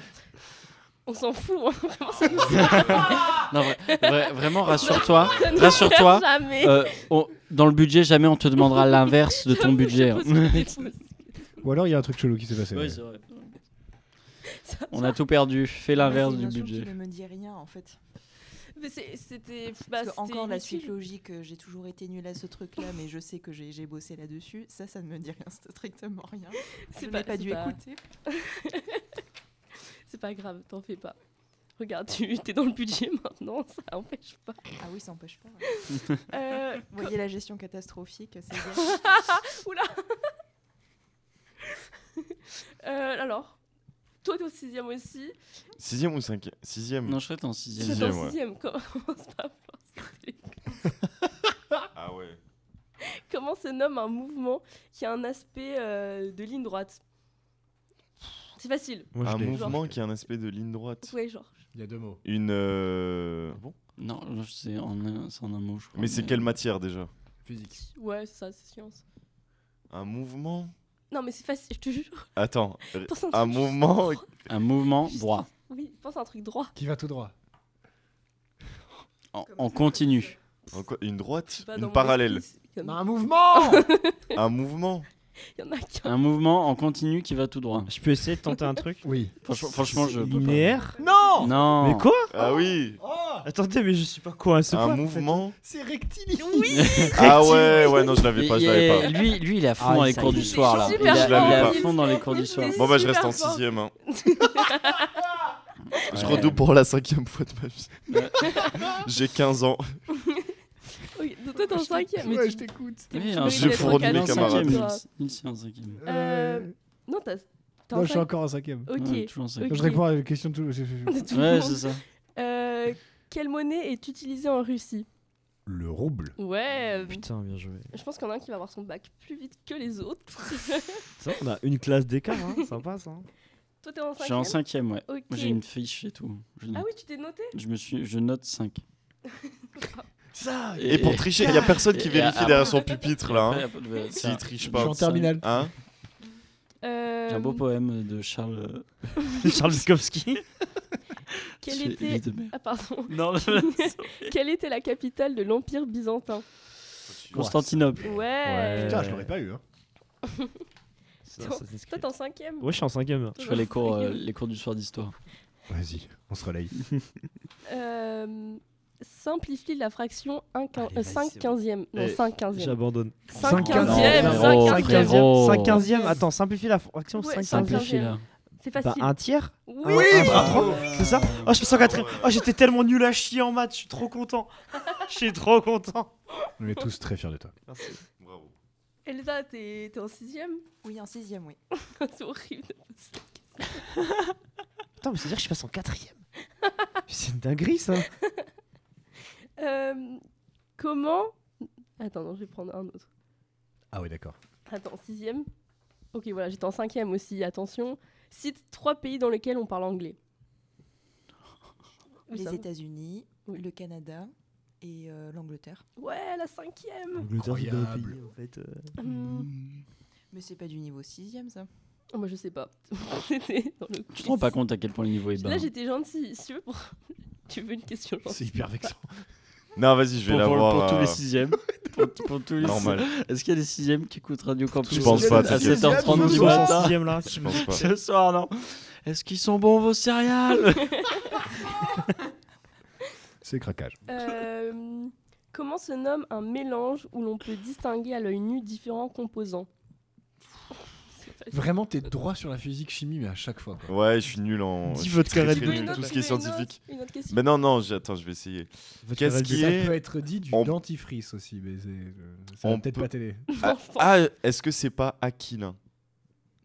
Speaker 6: faire un. On s'en fout, hein, vraiment, ça nous
Speaker 3: Non, vra- vra- vraiment, rassure-toi.
Speaker 6: ça nous
Speaker 3: Rassure-toi.
Speaker 6: sert jamais.
Speaker 3: Euh, on- dans le budget, jamais on te demandera l'inverse de ton
Speaker 6: J'avoue,
Speaker 3: budget.
Speaker 6: je
Speaker 3: hein.
Speaker 6: pose des fausses-
Speaker 8: Ou alors, il y a un truc chelou qui s'est passé. ouais.
Speaker 6: ça-
Speaker 3: On a tout perdu. Fais l'inverse du budget.
Speaker 2: ne me dit rien en fait.
Speaker 6: Mais c'est- c'était. bah,
Speaker 2: Parce que
Speaker 6: c'était
Speaker 2: encore la
Speaker 6: inutile.
Speaker 2: suite logique, euh, j'ai toujours été nulle à ce truc-là, mais je sais que j'ai j'ai bossé là-dessus. Ça, ça ne me dit rien, strictement rien.
Speaker 6: C'est
Speaker 2: Je
Speaker 6: pas-
Speaker 2: n'ai pas
Speaker 6: c'est
Speaker 2: dû
Speaker 6: pas-
Speaker 2: écouter.
Speaker 6: C'est pas grave, t'en fais pas. Regarde, tu t'es dans le budget maintenant, ça empêche pas.
Speaker 2: Ah oui, ça empêche pas.
Speaker 6: Euh,
Speaker 2: Vous voyez la gestion catastrophique, c'est bien.
Speaker 6: euh, alors, toi t'es au sixième aussi.
Speaker 5: Sixième ou cinquième Sixième.
Speaker 3: Non, je serais en
Speaker 6: Toi
Speaker 3: sixième.
Speaker 6: t'es
Speaker 5: Sixième,
Speaker 6: en
Speaker 5: ouais.
Speaker 6: sixième, commence pas à forcer.
Speaker 5: Ah ouais.
Speaker 6: Comment se nomme un mouvement qui a un aspect euh, de ligne droite C'est facile.
Speaker 7: Moi, je
Speaker 5: un
Speaker 7: l'ai.
Speaker 5: mouvement qui a un aspect de ligne droite.
Speaker 6: Ouais, genre.
Speaker 8: Il y a deux mots.
Speaker 5: Une. euh,
Speaker 3: Non, je sais, en un- c'est en un mot, je crois.
Speaker 5: Mais c'est quelle matière déjà
Speaker 8: Physique.
Speaker 6: Ouais, c'est ça, c'est science.
Speaker 5: Un mouvement
Speaker 6: Non, mais c'est facile, je te jure.
Speaker 5: Attends. r-
Speaker 6: Pense à un
Speaker 5: Un
Speaker 6: truc
Speaker 5: mouvement.
Speaker 6: droit.
Speaker 3: Un mouvement
Speaker 6: Juste-
Speaker 3: droit.
Speaker 6: Oui, pense à un truc droit.
Speaker 8: Qui va tout droit.
Speaker 3: En, en continu.
Speaker 5: en quoi- Une
Speaker 6: Je sais
Speaker 5: droite
Speaker 6: pas, dans
Speaker 5: Une
Speaker 6: mon
Speaker 5: parallèle
Speaker 6: esprit, c'est comme-
Speaker 8: un mouvement
Speaker 5: Un mouvement
Speaker 6: Il y en a qu'un.
Speaker 3: Un mouvement en continu qui va tout droit.
Speaker 7: Je peux essayer de tenter un truc
Speaker 8: Oui.
Speaker 3: Franchement, franchement je. peux pas.
Speaker 7: Linéaire
Speaker 8: Non
Speaker 3: Non.
Speaker 7: Mais quoi
Speaker 5: Ah oui
Speaker 8: Oh
Speaker 7: Attendez, mais je suis pas quoi c'est quoi,
Speaker 5: Un
Speaker 7: en fait
Speaker 5: mouvement
Speaker 8: C'est rectiligne
Speaker 5: Ah ouais, ouais, non, je l'avais
Speaker 3: Mais
Speaker 5: pas, je
Speaker 3: il est-
Speaker 5: l'avais pas.
Speaker 3: Lui, lui, il est à fond
Speaker 7: Ah,
Speaker 3: dans les
Speaker 7: ça
Speaker 3: cours
Speaker 7: y est.
Speaker 3: du soir, là.
Speaker 6: Super
Speaker 3: Il est- il est à
Speaker 5: fort.
Speaker 3: fond dans les cours du soir.
Speaker 5: Bon, bah, je
Speaker 6: super
Speaker 5: reste en
Speaker 6: fort.
Speaker 5: sixième. hein. Je
Speaker 3: Ouais.
Speaker 5: redouble pour la cinquième fois de ma vie. J'ai 15 ans.
Speaker 6: Ok, donc toi, t'es en cinquième. mais
Speaker 8: Ouais,
Speaker 6: tu-
Speaker 8: je t'écoute.
Speaker 3: Oui,
Speaker 6: Tu
Speaker 3: un
Speaker 6: peux
Speaker 5: J'ai
Speaker 6: y être en
Speaker 5: fourni mes
Speaker 3: hein,
Speaker 6: quatre, en
Speaker 5: camarades.
Speaker 6: cinquième,
Speaker 3: cinquième,
Speaker 6: toi.
Speaker 3: il- il- c'est un cinquième.
Speaker 6: Euh, Non, t'as. t'es en
Speaker 8: Moi, je suis
Speaker 6: cinq-
Speaker 8: encore en cinquième.
Speaker 3: Ouais,
Speaker 6: Ok.
Speaker 3: toujours un cinquième.
Speaker 8: Je
Speaker 6: Ok.
Speaker 8: réponds à la question de tout
Speaker 6: On est tout le
Speaker 3: Ouais,
Speaker 6: monde.
Speaker 3: c'est ça.
Speaker 6: Euh, Quelle monnaie est utilisée en Russie
Speaker 8: Le rouble.
Speaker 3: euh,
Speaker 6: Ouais.
Speaker 7: Putain, bien joué.
Speaker 6: Je pense qu'il y en a un qui va avoir son bac plus vite que les autres.
Speaker 7: Ça, on a une classe d'écart, hein. sympa ça.
Speaker 6: Toi, t'es en
Speaker 3: Je suis en
Speaker 6: cinquième.
Speaker 3: cinquième, ouais.
Speaker 6: Ok.
Speaker 3: Moi, J'ai une fiche et tout. Je,
Speaker 6: Ah oui, tu t'es noté
Speaker 3: je me suis, je note 5.
Speaker 5: Et, pour tricher, il y a personne qui
Speaker 3: et
Speaker 5: vérifie
Speaker 3: après-
Speaker 5: derrière son pupitre là. hein,
Speaker 3: Après,
Speaker 5: S'il triche pas.
Speaker 8: Je suis en terminale.
Speaker 5: Hein
Speaker 6: Euh,
Speaker 3: J'ai un beau
Speaker 7: Euh,
Speaker 3: poème de Charles. euh,
Speaker 7: Charles Skowski.
Speaker 6: Quelle
Speaker 3: J'ai-
Speaker 6: était...
Speaker 3: j'ai de mer.
Speaker 6: Ah, pardon.
Speaker 3: Non,
Speaker 6: Quelle était la capitale de l'Empire byzantin
Speaker 3: Constantinople.
Speaker 6: Ouais.
Speaker 7: Ouais.
Speaker 8: Putain, je l'aurais pas eu. Hein.
Speaker 7: Ça, ça, c'est ce que-
Speaker 6: Toi, t'es en cinquième
Speaker 7: Ouais, je suis en cinquième.
Speaker 3: Je fais les cours, euh, les cours du soir d'histoire.
Speaker 8: Vas-y, on se relaye.
Speaker 6: Euh, Simplifie la fraction 1
Speaker 7: Allez, vas-y, c'est
Speaker 6: 5
Speaker 7: bon.
Speaker 6: quinzième. Non,
Speaker 7: Eh,
Speaker 6: 5 quinzième.
Speaker 7: J'abandonne.
Speaker 6: 5
Speaker 8: Cinq
Speaker 3: quinzième.
Speaker 6: quinzième. 5
Speaker 3: Frérot,
Speaker 6: quinzième.
Speaker 3: frérot. Oh.
Speaker 7: 5 quinzième, attends, simplifie la fraction
Speaker 6: Ouais,
Speaker 7: 5
Speaker 6: simplifie.
Speaker 3: Simplifié
Speaker 7: quinzième.
Speaker 3: là.
Speaker 6: C'est
Speaker 7: Bah,
Speaker 6: facile.
Speaker 7: un tiers
Speaker 6: Oui.
Speaker 7: Un bras droit, C'est ça Oh, je me sens quatrième. Oh, j'étais tellement nul à chier en maths, je suis trop content. Je suis trop content.
Speaker 8: On est tous très fiers de toi.
Speaker 5: Bravo.
Speaker 6: Elsa, t'es t'es en sixième
Speaker 2: Oui, en sixième, oui.
Speaker 6: C'est horrible. de poser la question.
Speaker 7: Attends, mais c'est-à-dire que je passe en quatrième C'est une dinguerie ça
Speaker 6: Euh, Comment Attends, non, je vais prendre un autre.
Speaker 8: Ah oui, d'accord.
Speaker 6: Attends, sixième. Ok, voilà, j'étais en cinquième aussi, attention. Cite trois pays dans lesquels on parle anglais. Oui,
Speaker 2: Les
Speaker 6: ça va.
Speaker 2: États-Unis,
Speaker 6: Oui.
Speaker 2: le Canada et euh, l'Angleterre.
Speaker 6: Ouais, la cinquième.
Speaker 8: Incroyable.
Speaker 7: en fait. euh,
Speaker 6: Hum, Oh,
Speaker 2: Mais c'est pas du niveau sixième, ça.
Speaker 6: Moi, je sais pas. C'était dans le
Speaker 3: Tu
Speaker 6: quiz.
Speaker 3: te rends pas compte à quel point le niveau est bas. hein.
Speaker 6: Là, j'étais gentille. Si tu veux, pour- tu veux une question gentille
Speaker 8: C'est hyper vexant.
Speaker 5: Non, vas-y, je vais
Speaker 3: Pour, pour-
Speaker 5: l'avoir.
Speaker 3: pour tous
Speaker 5: euh,
Speaker 3: les sixièmes. pour, pour tous les
Speaker 5: Normal.
Speaker 3: Est-ce qu'il y a des sixièmes qui écoutent Radio Campus
Speaker 5: Je pense pas,
Speaker 3: à
Speaker 5: t'inquiète.
Speaker 3: 7h30 du
Speaker 7: Ils sont en
Speaker 3: matin
Speaker 7: sixième là.
Speaker 5: Je pense pas.
Speaker 3: Ce soir, non Est-ce qu'ils sont bons vos céréales
Speaker 8: C'est craquage.
Speaker 6: Euh, Comment se nomme un mélange où l'on peut distinguer à l'œil nu différents composants C'est facile.
Speaker 8: Vraiment, t'es droit sur la physique chimie, mais à chaque fois. Quoi.
Speaker 5: Ouais, je suis nul en.
Speaker 7: Dis
Speaker 5: je suis
Speaker 7: votre
Speaker 5: très,
Speaker 7: carré
Speaker 5: très
Speaker 7: de-
Speaker 6: Tu veux
Speaker 5: nul,
Speaker 6: une
Speaker 5: Tout
Speaker 6: autre-
Speaker 5: ce qui est
Speaker 6: tu veux une autre-
Speaker 5: scientifique.
Speaker 6: Une autre question.
Speaker 5: Mais non, non, j'ai- attends, je vais essayer. Qu'est-ce qui
Speaker 8: Ça
Speaker 5: est.
Speaker 8: peut être dit du
Speaker 5: On-
Speaker 8: dentifrice aussi, mais c'est. euh, Ça
Speaker 5: On
Speaker 8: va peut-être
Speaker 5: peut-
Speaker 8: pas télé.
Speaker 5: Ah, ah, est-ce que c'est pas Aquilin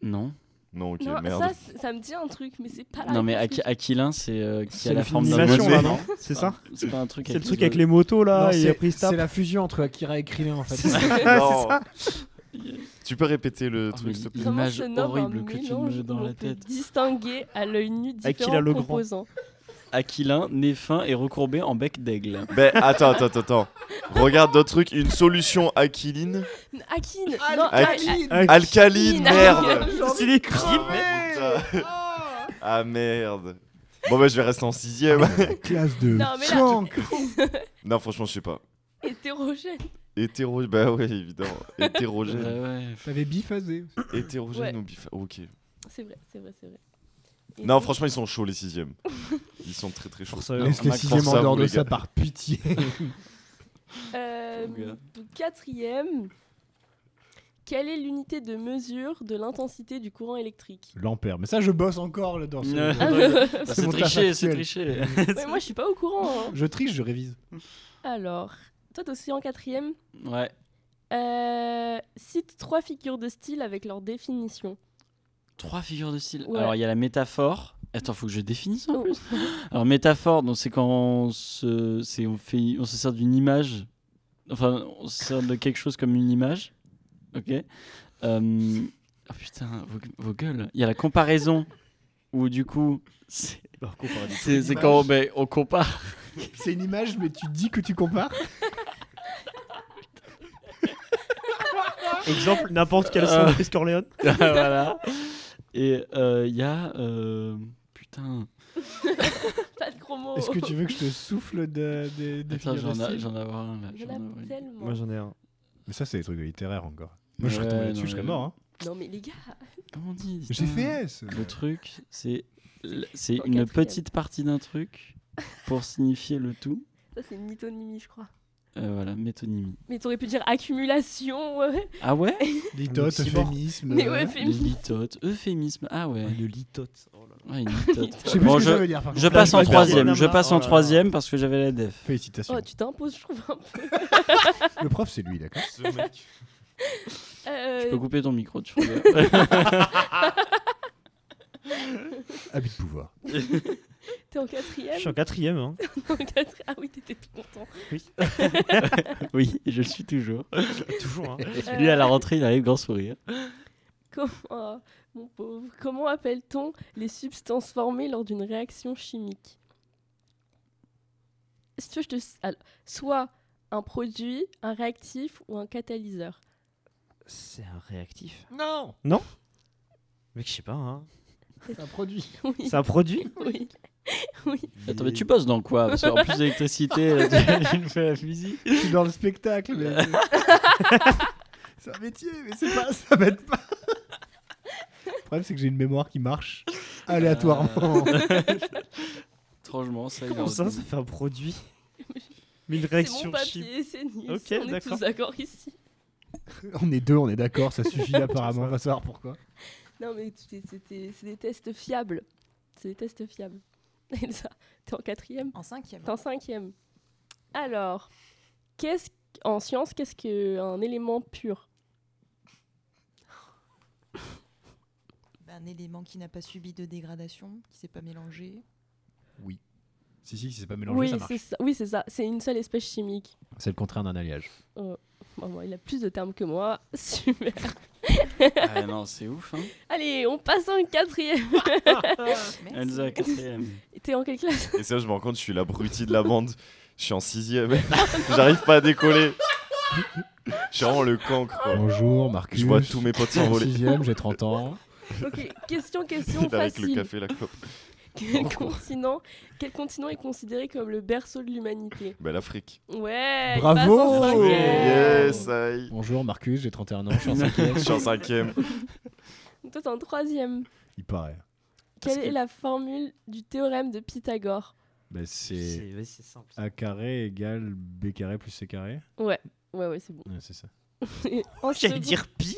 Speaker 3: Non.
Speaker 5: Non, ok,
Speaker 6: Non,
Speaker 5: merde.
Speaker 6: ça, c'est- ça me dit un truc, mais c'est pas la
Speaker 3: Non, mais
Speaker 6: réponse.
Speaker 3: Aqu- Aquilin, c'est euh, qui a
Speaker 7: C'est
Speaker 3: la
Speaker 7: la
Speaker 3: forme d'un
Speaker 7: animation
Speaker 5: musée.
Speaker 7: là,
Speaker 3: bonhomme.
Speaker 7: non C'est ça
Speaker 3: C'est pas un truc
Speaker 7: C'est le truc avec les motos là,
Speaker 8: Non,
Speaker 7: Ah, il a
Speaker 8: c'est
Speaker 7: pris
Speaker 8: c'est
Speaker 7: stop.
Speaker 8: la fusion entre Akira et Krillin en fait.
Speaker 5: Non.
Speaker 3: Yeah.
Speaker 5: Tu peux répéter le
Speaker 3: Ah, mais
Speaker 5: truc, s'il te plaît
Speaker 6: Comment
Speaker 3: L'image
Speaker 6: se nomme un
Speaker 3: horrible que tu me
Speaker 6: mélange
Speaker 3: mets dans
Speaker 6: où
Speaker 3: la
Speaker 6: l'on peut
Speaker 3: tête.
Speaker 6: Distinguer à l'œil nu
Speaker 7: Aquila
Speaker 6: différents
Speaker 7: le Grand.
Speaker 6: composants.
Speaker 3: Aquilin, nez fin et recourbé en bec d'aigle.
Speaker 5: Ben attends, attends, attends, attends. Regarde d'autres trucs, une solution aquiline.
Speaker 6: Aquine.
Speaker 5: Alcaline, merde
Speaker 7: C'est les
Speaker 8: Ah,
Speaker 7: crimes.
Speaker 5: Putain. Ah merde Bon bah je vais rester en sixième.
Speaker 8: Classe de.
Speaker 6: Non, mais là-
Speaker 8: Kank.
Speaker 5: non franchement je sais pas.
Speaker 6: hétérogène.
Speaker 5: Hétéro... Bah ouais évidemment. Hétérogène.
Speaker 8: T'avais biphasé.
Speaker 5: Hétérogène
Speaker 6: Ouais.
Speaker 5: ou bifa... Ok.
Speaker 6: C'est vrai, c'est vrai, c'est vrai.
Speaker 5: Non franchement ils sont chauds les sixièmes. Ils sont très très chauds.
Speaker 8: Laisse les
Speaker 3: Max,
Speaker 8: sixièmes
Speaker 5: force
Speaker 8: en
Speaker 5: à
Speaker 8: dehors
Speaker 5: vous,
Speaker 8: de
Speaker 5: les
Speaker 8: ça
Speaker 5: gars.
Speaker 8: par pitié.
Speaker 6: Euh,
Speaker 3: Pauvre gars.
Speaker 6: donc, Euh, quatrième. Quelle est l'unité de mesure de l'intensité du courant électrique
Speaker 8: L'ampère. Mais ça, je bosse encore là, dans
Speaker 3: Ouais.
Speaker 8: ce.
Speaker 6: Ouais,
Speaker 3: C'est
Speaker 8: mon taf
Speaker 3: triché, c'est
Speaker 8: actuel.
Speaker 3: triché.
Speaker 6: Moi, je suis pas au courant. hein.
Speaker 8: Je triche, je révise.
Speaker 6: Alors, toi, t'es aussi en quatrième.
Speaker 3: Ouais.
Speaker 6: Euh, cite trois figures de style avec leur définition.
Speaker 3: Trois figures de style.
Speaker 6: Ouais.
Speaker 3: Alors, il y a la métaphore. Attends, faut que je définisse en
Speaker 6: Oh.
Speaker 3: plus. Alors, métaphore, donc c'est quand on se, c'est- on fait, on se sert d'une image Enfin, on se sert de quelque chose comme une image. Ok. Euh, oh putain, vos, vos gueules. Il y a la comparaison où du coup, c'est c'est- c'est quand ben, on compare.
Speaker 8: C'est une image, mais tu dis que tu compares.
Speaker 7: Exemple, n'importe quelle
Speaker 3: Euh.
Speaker 7: son Chris Corleone.
Speaker 3: voilà. Et euh, il y a euh, putain.
Speaker 6: Pas de gros mots.
Speaker 8: Est-ce que tu veux que je te souffle de, des- des
Speaker 3: Attends,
Speaker 8: figures
Speaker 3: j'en
Speaker 8: de
Speaker 3: ai
Speaker 8: style
Speaker 3: j'en ai avoir un là.
Speaker 6: Il y en
Speaker 3: j'en ai
Speaker 6: a
Speaker 3: avoir une.
Speaker 6: tellement.
Speaker 7: Moi j'en ai un.
Speaker 4: Mais ça, c'est des trucs littéraires encore. Moi, je serais tombé
Speaker 3: Ouais,
Speaker 4: là-dessus,
Speaker 3: non,
Speaker 4: je serais
Speaker 3: mais-
Speaker 4: mort. hein.
Speaker 6: Non mais les gars,
Speaker 3: Comment on dit
Speaker 8: J'ai
Speaker 3: putain
Speaker 8: fait S.
Speaker 3: Le truc, c'est l- c'est
Speaker 6: En
Speaker 3: une
Speaker 6: quatrième.
Speaker 3: petite partie d'un truc pour signifier le tout.
Speaker 6: ça c'est une mythonymie je crois.
Speaker 3: Euh, voilà, métonymie.
Speaker 6: Mais t'aurais pu dire accumulation, ouais.
Speaker 3: Ah ouais
Speaker 8: Litote,
Speaker 4: Oxymore.
Speaker 8: euphémisme.
Speaker 6: mais ouais,
Speaker 8: euh,
Speaker 6: fait-
Speaker 3: Litote, euphémisme. Ah ouais. Oh
Speaker 7: Le litote.
Speaker 3: Ouais, une litote.
Speaker 8: Je sais plus
Speaker 3: Bon,
Speaker 8: ce que
Speaker 3: je-
Speaker 8: ça veut dire par
Speaker 3: Je
Speaker 8: contre.
Speaker 3: passe en
Speaker 4: Flashback
Speaker 3: troisième.
Speaker 7: d'Ariana
Speaker 3: Je passe en
Speaker 7: Mar- oh là là.
Speaker 3: troisième parce que j'avais la def.
Speaker 4: Félicitations.
Speaker 6: Oh tu t'imposes je trouve un peu.
Speaker 8: Le prof, c'est lui, d'accord
Speaker 5: Ce mec.
Speaker 3: Je peux
Speaker 6: Euh,
Speaker 3: couper ton micro, tu vois.
Speaker 8: Habit de pouvoir.
Speaker 6: T'es en
Speaker 7: Je
Speaker 6: quatrième
Speaker 7: suis en quatrième. Hein.
Speaker 6: en quatri- Ah oui t'étais tout content.
Speaker 3: oui, je le suis toujours.
Speaker 7: Toujours. Hein.
Speaker 3: Lui, à la
Speaker 6: Euh,
Speaker 3: rentrée, il arrive grand sourire.
Speaker 6: Comment, oh, mon pauvre, comment appelle-t-on les substances formées lors d'une réaction chimique Si tu veux, je te s- alors, Soit un produit, un réactif ou un catalyseur.
Speaker 7: C'est un réactif.
Speaker 8: Non
Speaker 7: Mec, je sais pas. Hein.
Speaker 8: C'est un produit.
Speaker 6: Oui,
Speaker 7: C'est un produit
Speaker 6: oui.
Speaker 3: Attends, mais tu bosses dans quoi Parce qu'en plus d'électricité, là, tu tu nous fais la musique.
Speaker 8: Je suis dans le spectacle. mais- c'est un métier, mais c'est pas, ça m'aide pas. Le problème, c'est que j'ai une mémoire qui marche aléatoirement.
Speaker 4: Euh.
Speaker 3: Étrangement, ça, il
Speaker 7: Comment
Speaker 3: a
Speaker 7: ça,
Speaker 3: retenu.
Speaker 7: ça fait un produit Mais une
Speaker 6: C'est mon
Speaker 7: réaction chimique.
Speaker 6: papier, c'est nul.
Speaker 7: Ok,
Speaker 6: ça, on est
Speaker 7: d'accord.
Speaker 6: tous d'accord ici.
Speaker 8: on est deux, on est d'accord, ça suffit apparemment. On va savoir pourquoi.
Speaker 6: Non, mais c'est c'est des c'est des tests fiables. C'est des tests fiables. Elsa, t'es en quatrième
Speaker 2: En cinquième.
Speaker 6: T'es en cinquième. Alors, qu'est-ce en science, qu'est-ce qu'un élément pur
Speaker 2: Bah, Un élément qui n'a pas subi de dégradation, qui s'est pas mélangé.
Speaker 4: Si, si, si c'est pas
Speaker 6: Oui,
Speaker 4: mélangé, ça
Speaker 6: c'est
Speaker 4: marche.
Speaker 6: ça. Oui, c'est ça. C'est une seule espèce chimique.
Speaker 4: C'est le contraire d'un alliage.
Speaker 6: Bon, bon, il a plus de termes que moi. Super.
Speaker 3: Ah non, c'est ouf. Hein.
Speaker 6: Allez, on passe en quatrième.
Speaker 2: Merci.
Speaker 3: Elsa, quatrième.
Speaker 6: T'es en quelle classe
Speaker 5: Et ça, je me rends compte, je suis l'abruti de la bande. Je suis en sixième. J'arrive pas à décoller. Je suis vraiment le cancre. quoi.
Speaker 8: Bonjour, Marcus.
Speaker 5: Je vois tous mes potes
Speaker 8: en
Speaker 5: s'envoler.
Speaker 8: sixième, j'ai 30 ans.
Speaker 6: Ok, question, question
Speaker 5: Avec le
Speaker 6: facile.
Speaker 5: café, la clope.
Speaker 6: Quel continent, quel continent est considéré comme le berceau de l'humanité
Speaker 5: Bah, l'Afrique.
Speaker 6: Ouais. il
Speaker 8: Bravo.
Speaker 6: passe en
Speaker 8: Oh.
Speaker 6: cinquième.
Speaker 5: Yes, aïe.
Speaker 8: Bonjour, Marcus, j'ai 31 ans, je suis en
Speaker 5: Je suis en cinquième.
Speaker 6: Toi, t'es en troisième.
Speaker 8: Il paraît.
Speaker 6: Quelle est la formule du théorème de Pythagore
Speaker 4: Bah, c'est
Speaker 7: ouais, c'est simple.
Speaker 4: A carré égale B carré plus C carré.
Speaker 6: Ouais. Ouais, ouais, c'est bon.
Speaker 4: Ouais, c'est ça.
Speaker 6: En
Speaker 7: J'allais
Speaker 6: second-
Speaker 7: dire pi.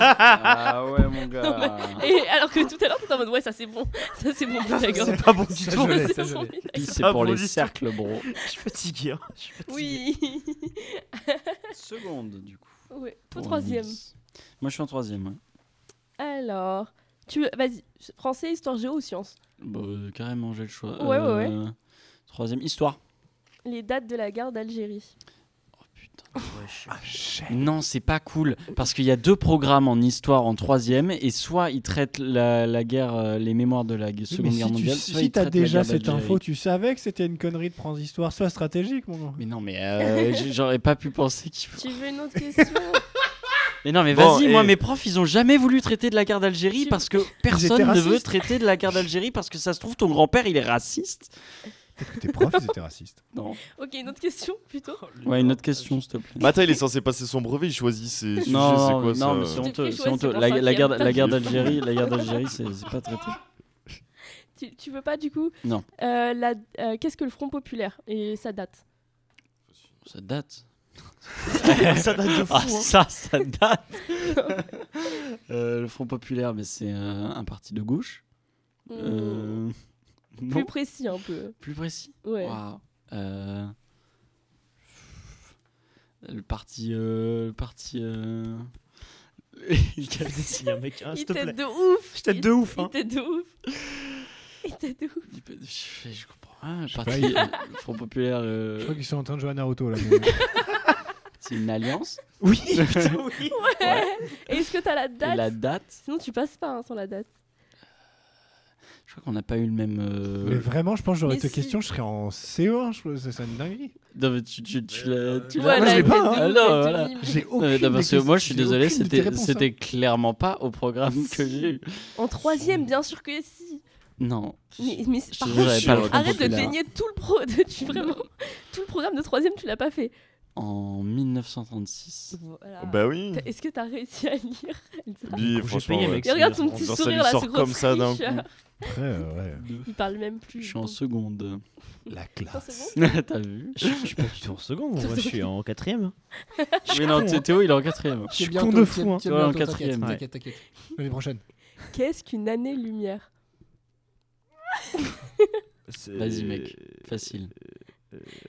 Speaker 3: Ah ouais, mon gars.
Speaker 6: Et alors que tout à l'heure, t'étais en mode ouais, ça c'est bon, ça c'est bon, Pythagore.
Speaker 7: C'est pas bon du
Speaker 8: Ça,
Speaker 7: tout.
Speaker 8: je l'ai.
Speaker 6: C'est bon, Pythagore.
Speaker 3: Puis C'est
Speaker 7: Ah,
Speaker 3: pour
Speaker 7: bon,
Speaker 3: les
Speaker 7: dis-
Speaker 3: cercles, bro.
Speaker 7: Je suis fatigué. hein. Je suis fatigué.
Speaker 6: Oui.
Speaker 3: Seconde, du coup.
Speaker 6: ouais. Ton
Speaker 3: pour
Speaker 6: troisième.
Speaker 3: Nice. Moi, je suis en troisième. hein.
Speaker 6: Alors, tu veux, vas-y, français, histoire, géo ou sciences
Speaker 3: Bah, euh, carrément, j'ai le choix.
Speaker 6: Ouais, ouais,
Speaker 3: ouais. Troisième, histoire.
Speaker 6: Les dates de la guerre d'Algérie.
Speaker 3: Oh putain.
Speaker 7: Ah,
Speaker 3: Non, c'est pas cool. Parce qu'il y a deux programmes en histoire en troisième. Et soit ils traitent la, la guerre, euh, les mémoires de la gu- Seconde
Speaker 4: mais
Speaker 3: Guerre
Speaker 4: si tu
Speaker 3: mondiale. soit ils
Speaker 4: si t'as
Speaker 3: traitent la
Speaker 4: déjà
Speaker 3: guerre
Speaker 4: cette
Speaker 3: d'Algérie.
Speaker 4: info, tu savais que c'était une connerie de transistoire, soit stratégique, mon gars.
Speaker 3: Mais non, mais euh, j- j'aurais pas pu penser qu'il faut.
Speaker 6: Tu veux une autre question
Speaker 3: Mais non, mais
Speaker 5: Bon,
Speaker 3: vas-y,
Speaker 5: et-
Speaker 3: moi, mes profs, ils ont jamais voulu traiter de la guerre d'Algérie
Speaker 6: Tu-
Speaker 3: parce que
Speaker 8: étaient
Speaker 3: personne ne veut
Speaker 8: racistes.
Speaker 3: traiter de la guerre d'Algérie parce que ça se trouve, ton grand-père, il est raciste.
Speaker 4: Peut-être que tes profs, ils étaient racistes.
Speaker 3: Non.
Speaker 6: Ok, une autre question plutôt.
Speaker 7: Oh
Speaker 3: Ouais, une autre question, s'il te plaît.
Speaker 5: Matin, il est censé passer son brevet. Il choisit ses sujets. C'est
Speaker 3: Non,
Speaker 5: quoi ça
Speaker 3: non, mais c'est
Speaker 6: Tu
Speaker 3: honteux,
Speaker 6: fais
Speaker 3: c'est
Speaker 6: choisir
Speaker 3: honteux.
Speaker 6: en
Speaker 3: La, la guerre, la
Speaker 6: cinquième.
Speaker 3: guerre d'Algérie, la guerre d'Algérie, c'est c'est pas traité.
Speaker 6: Tu, tu veux pas du coup
Speaker 3: Non.
Speaker 6: Euh, la- euh, Qu'est-ce que le Front populaire et sa date
Speaker 3: Ça date.
Speaker 7: Ça date de fou.
Speaker 3: Ah
Speaker 7: hein.
Speaker 3: ça, ça date. Euh, le Front populaire, mais c'est euh, un parti de gauche.
Speaker 6: Hmm,
Speaker 3: Euh,
Speaker 6: Plus
Speaker 3: non,
Speaker 6: précis un peu.
Speaker 3: plus précis.
Speaker 6: Ouais.
Speaker 3: Waouh. Euh, Le parti, euh, le parti. euh,
Speaker 7: Je vais dessiner un mec, hein,
Speaker 6: Il
Speaker 7: s'il te
Speaker 6: t'aide
Speaker 7: plaît.
Speaker 6: de ouf.
Speaker 7: Je t'aide de ouf,
Speaker 6: Il
Speaker 7: hein.
Speaker 6: t'aide de ouf. Il t'aide de ouf.
Speaker 3: Je, fais- je comprends. rien. le
Speaker 4: sais pas,
Speaker 3: parti,
Speaker 4: il-
Speaker 3: euh, le Front populaire. euh,
Speaker 8: Je crois qu'ils sont en train de jouer à Naruto là.
Speaker 3: C'est une alliance.
Speaker 7: Oui, putain, oui.
Speaker 6: Ouais. Et Est-ce que t'as la
Speaker 3: Et
Speaker 6: date
Speaker 3: la date.
Speaker 6: Sinon, tu passes pas hein, sans la date.
Speaker 3: Je crois qu'on n'a pas eu le même. euh,
Speaker 4: Mais vraiment, je pense que j'aurais
Speaker 6: Mais
Speaker 4: été
Speaker 6: si.
Speaker 4: question, je serais en
Speaker 8: hein,
Speaker 4: CO1, je pense que c'est une dinguerie.
Speaker 3: Non, mais tu, tu, tu l'as. tu l'as-
Speaker 6: Ouais, là,
Speaker 4: je l'ai
Speaker 6: il
Speaker 4: pas,
Speaker 6: fait
Speaker 4: hein.
Speaker 3: Ah
Speaker 6: demi, il
Speaker 3: non,
Speaker 6: fait
Speaker 3: voilà.
Speaker 6: demi.
Speaker 4: J'ai aucune
Speaker 3: Euh, non, parce que moi, je suis
Speaker 4: des-
Speaker 3: désolé,
Speaker 4: aucune de tes
Speaker 3: c'était
Speaker 4: réponses, hein.
Speaker 3: c'était clairement pas au programme que j'ai eu.
Speaker 6: En troisième, bien sûr que si.
Speaker 3: Non.
Speaker 6: Mais, mais
Speaker 3: Je te
Speaker 6: par
Speaker 3: jure,
Speaker 6: contre,
Speaker 3: j'avais pas le recul
Speaker 6: arrête de
Speaker 3: populaire.
Speaker 6: baigner tout le pro, de- tu vraiment tout le programme de troisième, tu l'as pas fait.
Speaker 3: En 1936.
Speaker 6: Voilà.
Speaker 5: Bah oui.
Speaker 6: T'as- Est-ce que t'as réussi à lire Elsa
Speaker 5: Lui,
Speaker 4: J'ai
Speaker 5: franchement,
Speaker 4: payé,
Speaker 5: ouais.
Speaker 4: mec.
Speaker 6: Et regarde son
Speaker 5: On
Speaker 6: petit
Speaker 5: dirait ça
Speaker 6: sourire
Speaker 5: lui
Speaker 6: là,
Speaker 5: sort
Speaker 6: ce gros
Speaker 5: comme ça d'un
Speaker 6: tricheur.
Speaker 3: hein.
Speaker 4: Après, euh, ouais.
Speaker 6: Il parle même plus.
Speaker 3: Je suis en seconde.
Speaker 4: La
Speaker 6: Attends,
Speaker 4: classe.
Speaker 6: c'est
Speaker 3: T'as vu
Speaker 7: Je je suis pas du tout en seconde, en vrai, je suis en quatrième.
Speaker 3: Mais non,
Speaker 7: con, hein.
Speaker 3: Théo, il est en
Speaker 8: Ah,
Speaker 3: quatrième.
Speaker 7: suis con de fou, hein.
Speaker 3: Ouais, en
Speaker 8: en
Speaker 3: quatrième,
Speaker 8: quatrième.
Speaker 3: ouais.
Speaker 8: T'inquiète, t'inquiète. L'année prochaine.
Speaker 6: bon Qu'est-ce qu'une année-lumière
Speaker 3: Vas-y, mec. Facile.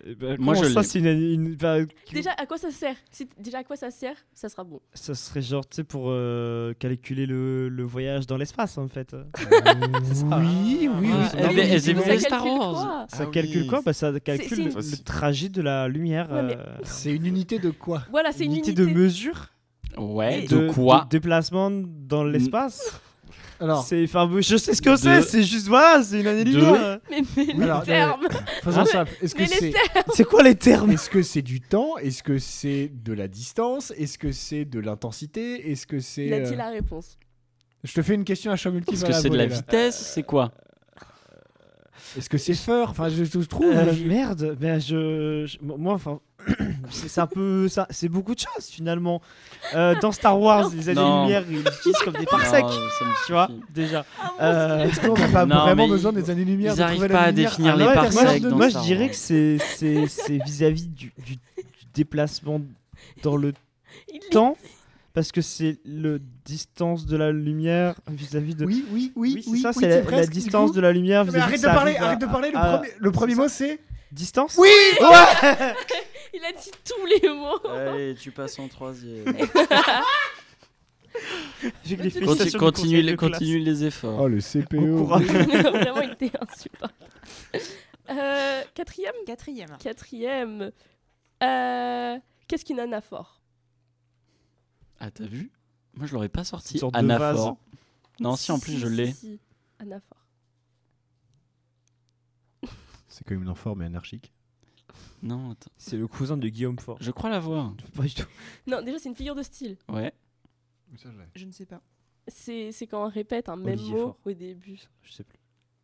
Speaker 7: Euh,
Speaker 3: Moi,
Speaker 7: Moi,
Speaker 3: je
Speaker 7: je bah, ça,
Speaker 3: l'ai.
Speaker 7: c'est une, une- bah, que-
Speaker 6: Déjà, à quoi ça sert Si t- Déjà, à quoi ça sert Ça sera bon.
Speaker 7: Ça serait genre, tu sais, pour euh, calculer le, le voyage dans l'espace, en fait.
Speaker 4: oui, oui, oui.
Speaker 3: Ah,
Speaker 4: c'est
Speaker 3: elle
Speaker 4: normal.
Speaker 3: est- elle est-
Speaker 6: Mais
Speaker 3: vous
Speaker 6: ça
Speaker 3: les Star
Speaker 6: calcule
Speaker 3: Wars.
Speaker 6: quoi
Speaker 7: Ça
Speaker 5: Ah
Speaker 7: calcule
Speaker 5: oui.
Speaker 7: quoi bah, Ça
Speaker 6: c'est
Speaker 7: calcule
Speaker 6: une-
Speaker 7: le, le trajet de la lumière.
Speaker 6: Ouais, mais-
Speaker 7: euh,
Speaker 8: C'est une unité de quoi
Speaker 6: Voilà, c'est une
Speaker 7: unité
Speaker 6: unité.
Speaker 7: de mesure
Speaker 3: Ouais,
Speaker 6: Et-
Speaker 3: Eh, de quoi Mm.
Speaker 7: de Déplacement dans l'espace
Speaker 8: Alors,
Speaker 7: C'est, enfin, Je sais ce que c'est,
Speaker 3: De-
Speaker 7: c'est juste, voilà, c'est une hein. année
Speaker 3: De-
Speaker 7: lumière.
Speaker 6: Mais, mais les
Speaker 8: Alors,
Speaker 6: termes
Speaker 8: faisons simple. Est-ce que
Speaker 6: Mais les
Speaker 8: c'est
Speaker 7: C'est quoi les termes
Speaker 8: Est-ce que c'est du temps Est-ce que c'est de la distance Est-ce que c'est de l'intensité Est-ce que c'est.
Speaker 6: Il a dit
Speaker 8: euh,
Speaker 6: la réponse.
Speaker 8: Je te fais une question à chat multiple.
Speaker 3: Est-ce
Speaker 8: à
Speaker 3: que c'est de la
Speaker 8: volée, là.
Speaker 3: vitesse C'est quoi
Speaker 8: Est-ce que c'est fort Enfin, je, je trouve.
Speaker 7: Euh,
Speaker 8: là, je-
Speaker 7: merde, ben je, je- moi enfin c'est c'est un peu ça, c'est beaucoup de choses finalement. Euh, dans Star Wars, les
Speaker 3: Non.
Speaker 7: années-lumière, ils utilisent comme des parsecs,
Speaker 3: Non, ça me
Speaker 7: tu vois
Speaker 3: suffit.
Speaker 7: déjà.
Speaker 6: Ah,
Speaker 7: Euh,
Speaker 8: Est-ce qu'on n'a pas
Speaker 3: Non,
Speaker 8: vraiment
Speaker 3: mais
Speaker 8: besoin des années-lumière
Speaker 3: ils
Speaker 8: de
Speaker 3: arrivent
Speaker 8: trouver
Speaker 3: pas à
Speaker 8: la lumière Ah,
Speaker 3: définir
Speaker 8: à
Speaker 3: les
Speaker 7: ouais,
Speaker 8: l'intérieur
Speaker 7: Ah, moi,
Speaker 3: parsecs
Speaker 7: je,
Speaker 8: de-
Speaker 3: dans
Speaker 7: moi, je
Speaker 3: Star
Speaker 7: dirais
Speaker 3: Wars.
Speaker 7: que c'est c'est c'est vis-à-vis du, du- du déplacement dans le
Speaker 6: il lit.
Speaker 7: temps parce que c'est le distance de la lumière vis-à-vis de
Speaker 8: Oui, oui, oui, oui.
Speaker 7: c'est ça,
Speaker 8: oui,
Speaker 7: c'est la, la
Speaker 8: presque, du
Speaker 7: distance
Speaker 8: coup.
Speaker 7: de la lumière
Speaker 8: Mais
Speaker 7: vis-à-vis
Speaker 8: arrête de
Speaker 7: ça
Speaker 8: parler,
Speaker 7: arrive à-
Speaker 8: arrête de parler. Le
Speaker 7: à-
Speaker 8: premier, le premier mot, c'est.
Speaker 7: distance
Speaker 8: Oui
Speaker 6: Il a dit tous les mots.
Speaker 3: Allez, tu passes en troisième.
Speaker 7: J'ai que
Speaker 3: Conti-
Speaker 6: Conti-
Speaker 7: les félicitations du
Speaker 3: continue,
Speaker 7: conseil
Speaker 3: les,
Speaker 7: de classe.
Speaker 3: continue les efforts.
Speaker 8: Oh, le CPO.
Speaker 4: E,
Speaker 7: Au courage.
Speaker 6: Vraiment, il était insupportable. Euh, quatrième
Speaker 2: Quatrième.
Speaker 6: Quatrième. Euh, Qu'est-ce qu'une anaphore
Speaker 3: Ah, t'as vu Moi, je l'aurais pas sorti.
Speaker 7: Une sorte de vase.
Speaker 3: Anaphore. Non, si, en plus, je l'ai.
Speaker 6: si, si. Anaphore.
Speaker 4: C'est quand même une enfant, mais anarchique.
Speaker 3: Non, attends.
Speaker 7: C'est le cousin de Guillaume Fort.
Speaker 3: Je crois l'avoir.
Speaker 7: Pas du tout.
Speaker 6: Non, déjà, c'est une figure de style.
Speaker 3: Ouais.
Speaker 2: Je ne sais pas.
Speaker 6: C'est c'est quand on répète un même
Speaker 7: Olivier
Speaker 6: mot
Speaker 7: Faure.
Speaker 6: au début.
Speaker 7: Je sais plus.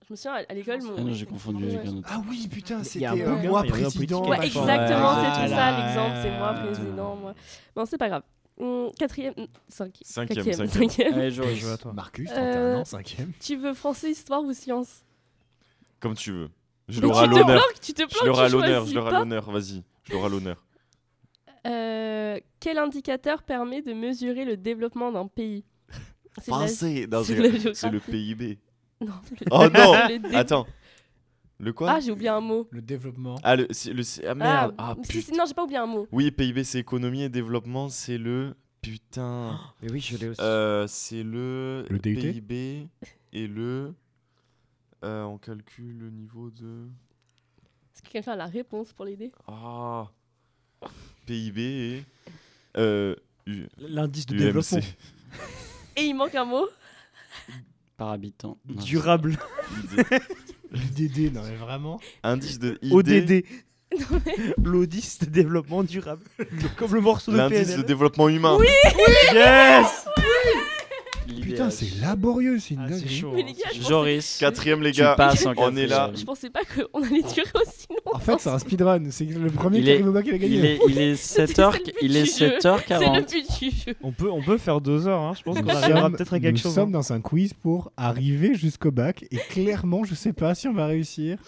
Speaker 6: Je me souviens, à, à l'école, mon.
Speaker 3: Ah non, j'ai confondu avec un autre.
Speaker 8: Ah oui, putain,
Speaker 7: Il y
Speaker 8: c'était
Speaker 7: a un
Speaker 8: euh,
Speaker 7: bouquin,
Speaker 8: moi
Speaker 7: il y a eu un
Speaker 8: président.
Speaker 7: politique
Speaker 6: Ouais,
Speaker 7: Ouais,
Speaker 6: exactement,
Speaker 8: Ah,
Speaker 7: ouais.
Speaker 6: c'est tout ça
Speaker 8: Voilà.
Speaker 6: l'exemple. C'est moi, président, moi. Non, c'est pas grave. Hum, Quatrième. hum, cinqui-
Speaker 5: Cinquième,
Speaker 6: Cinquième.
Speaker 5: cinquième.
Speaker 6: cinquième.
Speaker 3: Allez, Joris.
Speaker 8: Marcus,
Speaker 6: Euh,
Speaker 8: 31 ans, 5ème.
Speaker 6: Tu veux français, histoire ou science
Speaker 5: Comme tu veux. Je
Speaker 6: Mais
Speaker 5: leur à
Speaker 6: tu te
Speaker 5: l'honneur.
Speaker 6: planques, Tu te planques,
Speaker 5: Je leur à
Speaker 6: tu
Speaker 5: l'honneur.
Speaker 6: choisis
Speaker 5: Je leur
Speaker 6: pas.
Speaker 5: à l'honneur. Vas-y. Je leur à l'honneur.
Speaker 6: Euh, quel indicateur permet de mesurer le développement d'un pays C'est de la-
Speaker 5: Français. Non,
Speaker 6: c'est
Speaker 5: je
Speaker 6: de la
Speaker 5: rigole. C'est le
Speaker 6: géographie.
Speaker 5: PIB.
Speaker 6: Non, le-
Speaker 5: Oh non
Speaker 6: le dé-
Speaker 5: Attends. Le quoi
Speaker 6: Ah, j'ai oublié un mot.
Speaker 8: Le développement.
Speaker 5: Ah, le, c'est- le c'est- ah merde. Ah,
Speaker 6: si, si,
Speaker 5: putain.
Speaker 6: non, j'ai pas oublié un mot.
Speaker 5: Oui, PIB, c'est économie et développement. C'est le. Putain.
Speaker 7: Mais oui, je l'ai aussi.
Speaker 5: Euh, c'est le,
Speaker 4: Le DUT?
Speaker 5: PIB et le. euh, on calcule le niveau de.
Speaker 6: Est-ce que quelqu'un a la réponse pour l'aider
Speaker 5: Ah PIB et. Euh, U-
Speaker 7: L'indice de développement
Speaker 5: UMC.
Speaker 6: Et il manque un mot.
Speaker 3: Par habitant. Non,
Speaker 7: durable.
Speaker 5: ID.
Speaker 8: L'IDD, non mais vraiment.
Speaker 5: Indice de ID.
Speaker 7: ODD. L'audice de développement durable. Comme le morceau de Ah,
Speaker 5: L'indice de
Speaker 7: PNL.
Speaker 5: développement humain. Oui
Speaker 7: Yes
Speaker 3: l'IVH.
Speaker 4: Putain, c'est
Speaker 7: euh,
Speaker 4: laborieux, c'est
Speaker 6: Ah,
Speaker 4: une dinguerie.
Speaker 6: Mais
Speaker 7: hein.
Speaker 6: les gars, je pensais,
Speaker 3: Joris.
Speaker 5: Quatrième, les
Speaker 3: tu
Speaker 5: gars.
Speaker 3: passes en
Speaker 5: on est là.
Speaker 3: quatrième.
Speaker 6: je pensais pas qu'on allait durer aussi longtemps.
Speaker 8: En fait, c'est un speedrun. C'est le premier
Speaker 3: Il
Speaker 8: qui
Speaker 3: est-
Speaker 8: arrive au bac, il a gagné.
Speaker 3: Il est, il est
Speaker 6: C'est-
Speaker 3: 7 heures,
Speaker 6: c'est le but
Speaker 3: il est
Speaker 6: du jeu.
Speaker 3: 7h40.
Speaker 6: C'est le but du jeu.
Speaker 7: On peut, on peut faire deux heures, hein. je pense qu'on
Speaker 4: Nous
Speaker 7: arrivera
Speaker 4: sommes,
Speaker 7: peut-être à quelque
Speaker 4: nous
Speaker 7: chose. hein.
Speaker 4: sommes dans un quiz pour arriver jusqu'au bac et clairement, je sais pas si on va réussir.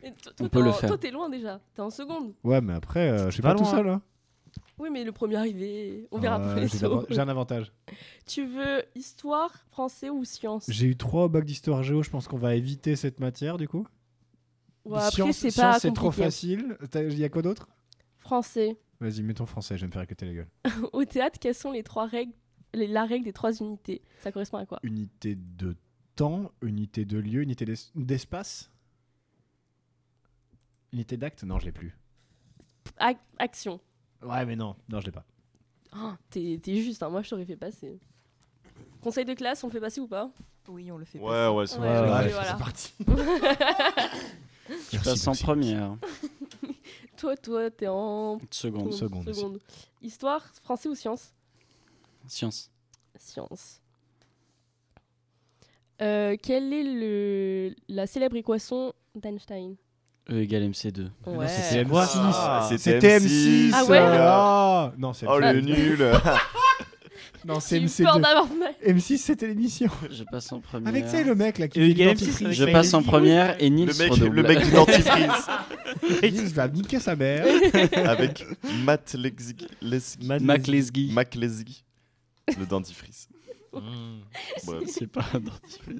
Speaker 6: Mais toi, toi,
Speaker 3: On peut
Speaker 6: t'es
Speaker 3: le
Speaker 6: en-
Speaker 3: faire.
Speaker 6: Toi, t'es loin déjà. T'es en seconde.
Speaker 4: Ouais, mais après, euh, je suis
Speaker 7: Pas
Speaker 4: pas, tout
Speaker 7: loin.
Speaker 4: seul. Hein.
Speaker 6: Oui, mais le premier arrivé. On verra
Speaker 4: Euh,
Speaker 6: après.
Speaker 4: j'ai
Speaker 6: les
Speaker 4: d'avant-
Speaker 6: autres.
Speaker 4: J'ai un avantage.
Speaker 6: Tu veux histoire, français ou science
Speaker 4: J'ai eu trois au bac d'histoire géo, je pense qu'on va éviter cette matière du coup.
Speaker 6: Ouais, Après,
Speaker 4: Science-
Speaker 6: c'est
Speaker 4: science,
Speaker 6: pas
Speaker 4: c'est trop
Speaker 6: compliqué.
Speaker 4: facile. T'as- Il y a quoi d'autre
Speaker 6: Français.
Speaker 4: Vas-y, mets ton français, je vais me faire écouter la gueule.
Speaker 6: Au théâtre, quelles sont les trois règles les- La règle des trois unités. Ça correspond à quoi
Speaker 4: Unité de temps, unité de lieu, unité d'es- d'espace Unité d'acte Non, je l'ai plus.
Speaker 6: Ac- Action.
Speaker 4: Ouais, mais non, non, je l'ai pas.
Speaker 6: Oh, T'es t'es juste, hein, moi je t'aurais fait passer. Conseil de classe, on le fait passer ou pas
Speaker 2: Oui, on le fait
Speaker 5: Ouais, ouais,
Speaker 6: Ouais,
Speaker 5: c'est
Speaker 6: ouais,
Speaker 4: ouais,
Speaker 6: voilà.
Speaker 8: Ah,
Speaker 3: Tu passes en première.
Speaker 6: Toi, toi, t'es en
Speaker 3: Seconde.
Speaker 4: seconde aussi.
Speaker 6: Histoire, français ou sciences
Speaker 3: Science.
Speaker 6: Science. Euh, quelle est le, la célèbre équation d'Einstein
Speaker 3: E égale MC2.
Speaker 6: Ouais.
Speaker 4: c'est quoi
Speaker 5: Ah,
Speaker 8: C'était M6.
Speaker 6: Ah ouais
Speaker 8: euh, ah Non, c'est
Speaker 5: Oh le nul
Speaker 8: Non, c'est
Speaker 6: J'ai eu peur
Speaker 8: MC2.
Speaker 6: d'avoir mal.
Speaker 8: M6, c'était l'émission.
Speaker 3: Je passe en première.
Speaker 8: Avec, tu sais, le mec là qui
Speaker 7: Et
Speaker 8: fait
Speaker 7: Game
Speaker 8: l'identifiant.
Speaker 7: Six, avec
Speaker 3: Je
Speaker 7: la
Speaker 3: passe en
Speaker 7: Elsie.
Speaker 3: première et Nils
Speaker 5: Le mec,
Speaker 3: redouble.
Speaker 5: le mec du dentifrice
Speaker 7: hein.
Speaker 8: Il va niquer sa mère.
Speaker 5: avec Matt Lexig. Lesgi-
Speaker 7: Matt-
Speaker 3: Mac Lesguy.
Speaker 5: Mac Lesgi. Le dentifrice. Bref.
Speaker 3: C'est pas un dentifrice.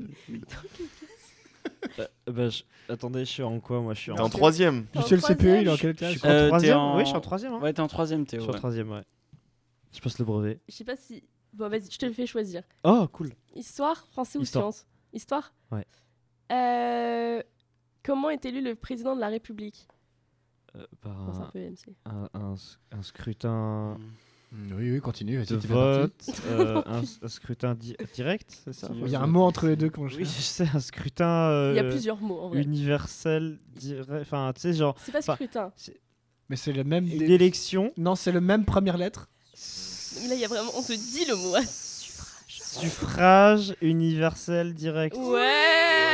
Speaker 7: Bah, je- Attendez, je suis en quoi Moi, je suis
Speaker 5: T'es en
Speaker 7: en.
Speaker 5: troisième.
Speaker 8: Le
Speaker 6: En
Speaker 8: seul
Speaker 4: E,
Speaker 8: CPE, il est en
Speaker 6: troisième,
Speaker 8: quelle classe
Speaker 7: Je suis en
Speaker 3: Euh, t'es
Speaker 7: troisième.
Speaker 3: en-
Speaker 7: Oui, je suis en troisième. hein.
Speaker 3: Ouais, t'es en troisième,
Speaker 7: Je
Speaker 3: Théo.
Speaker 7: suis en
Speaker 3: ouais.
Speaker 7: troisième, ouais. Je passe le brevet.
Speaker 6: Je sais pas si. Bon, vas-y, je te le fais choisir.
Speaker 7: Oh, cool.
Speaker 6: Histoire, français ou
Speaker 7: Histoire.
Speaker 6: sciences Histoire
Speaker 7: Ouais.
Speaker 6: Euh, comment est élu le président de la République
Speaker 7: Euh, par
Speaker 6: Bon, C'est un
Speaker 7: un,
Speaker 6: peu MC.
Speaker 7: un- un sc- un scrutin
Speaker 8: Mm, Oui, oui, continue.
Speaker 7: de vote, euh, un, un scrutin di- direct, c'est ça
Speaker 8: Il y a un mot entre les deux, comment je
Speaker 7: Oui, je sais, un scrutin
Speaker 6: Il y a
Speaker 7: euh,
Speaker 6: plusieurs mots en vrai.
Speaker 7: universel, direct. Enfin, tu sais, genre,
Speaker 6: C'est pas
Speaker 7: Enfin,
Speaker 6: scrutin.
Speaker 8: Mais c'est le même.
Speaker 7: une élection.
Speaker 8: Non, c'est le même première lettre.
Speaker 6: Mais là, il y a vraiment. On te dit le mot.
Speaker 7: Suffrage. Suffrage universel direct.
Speaker 6: Ouais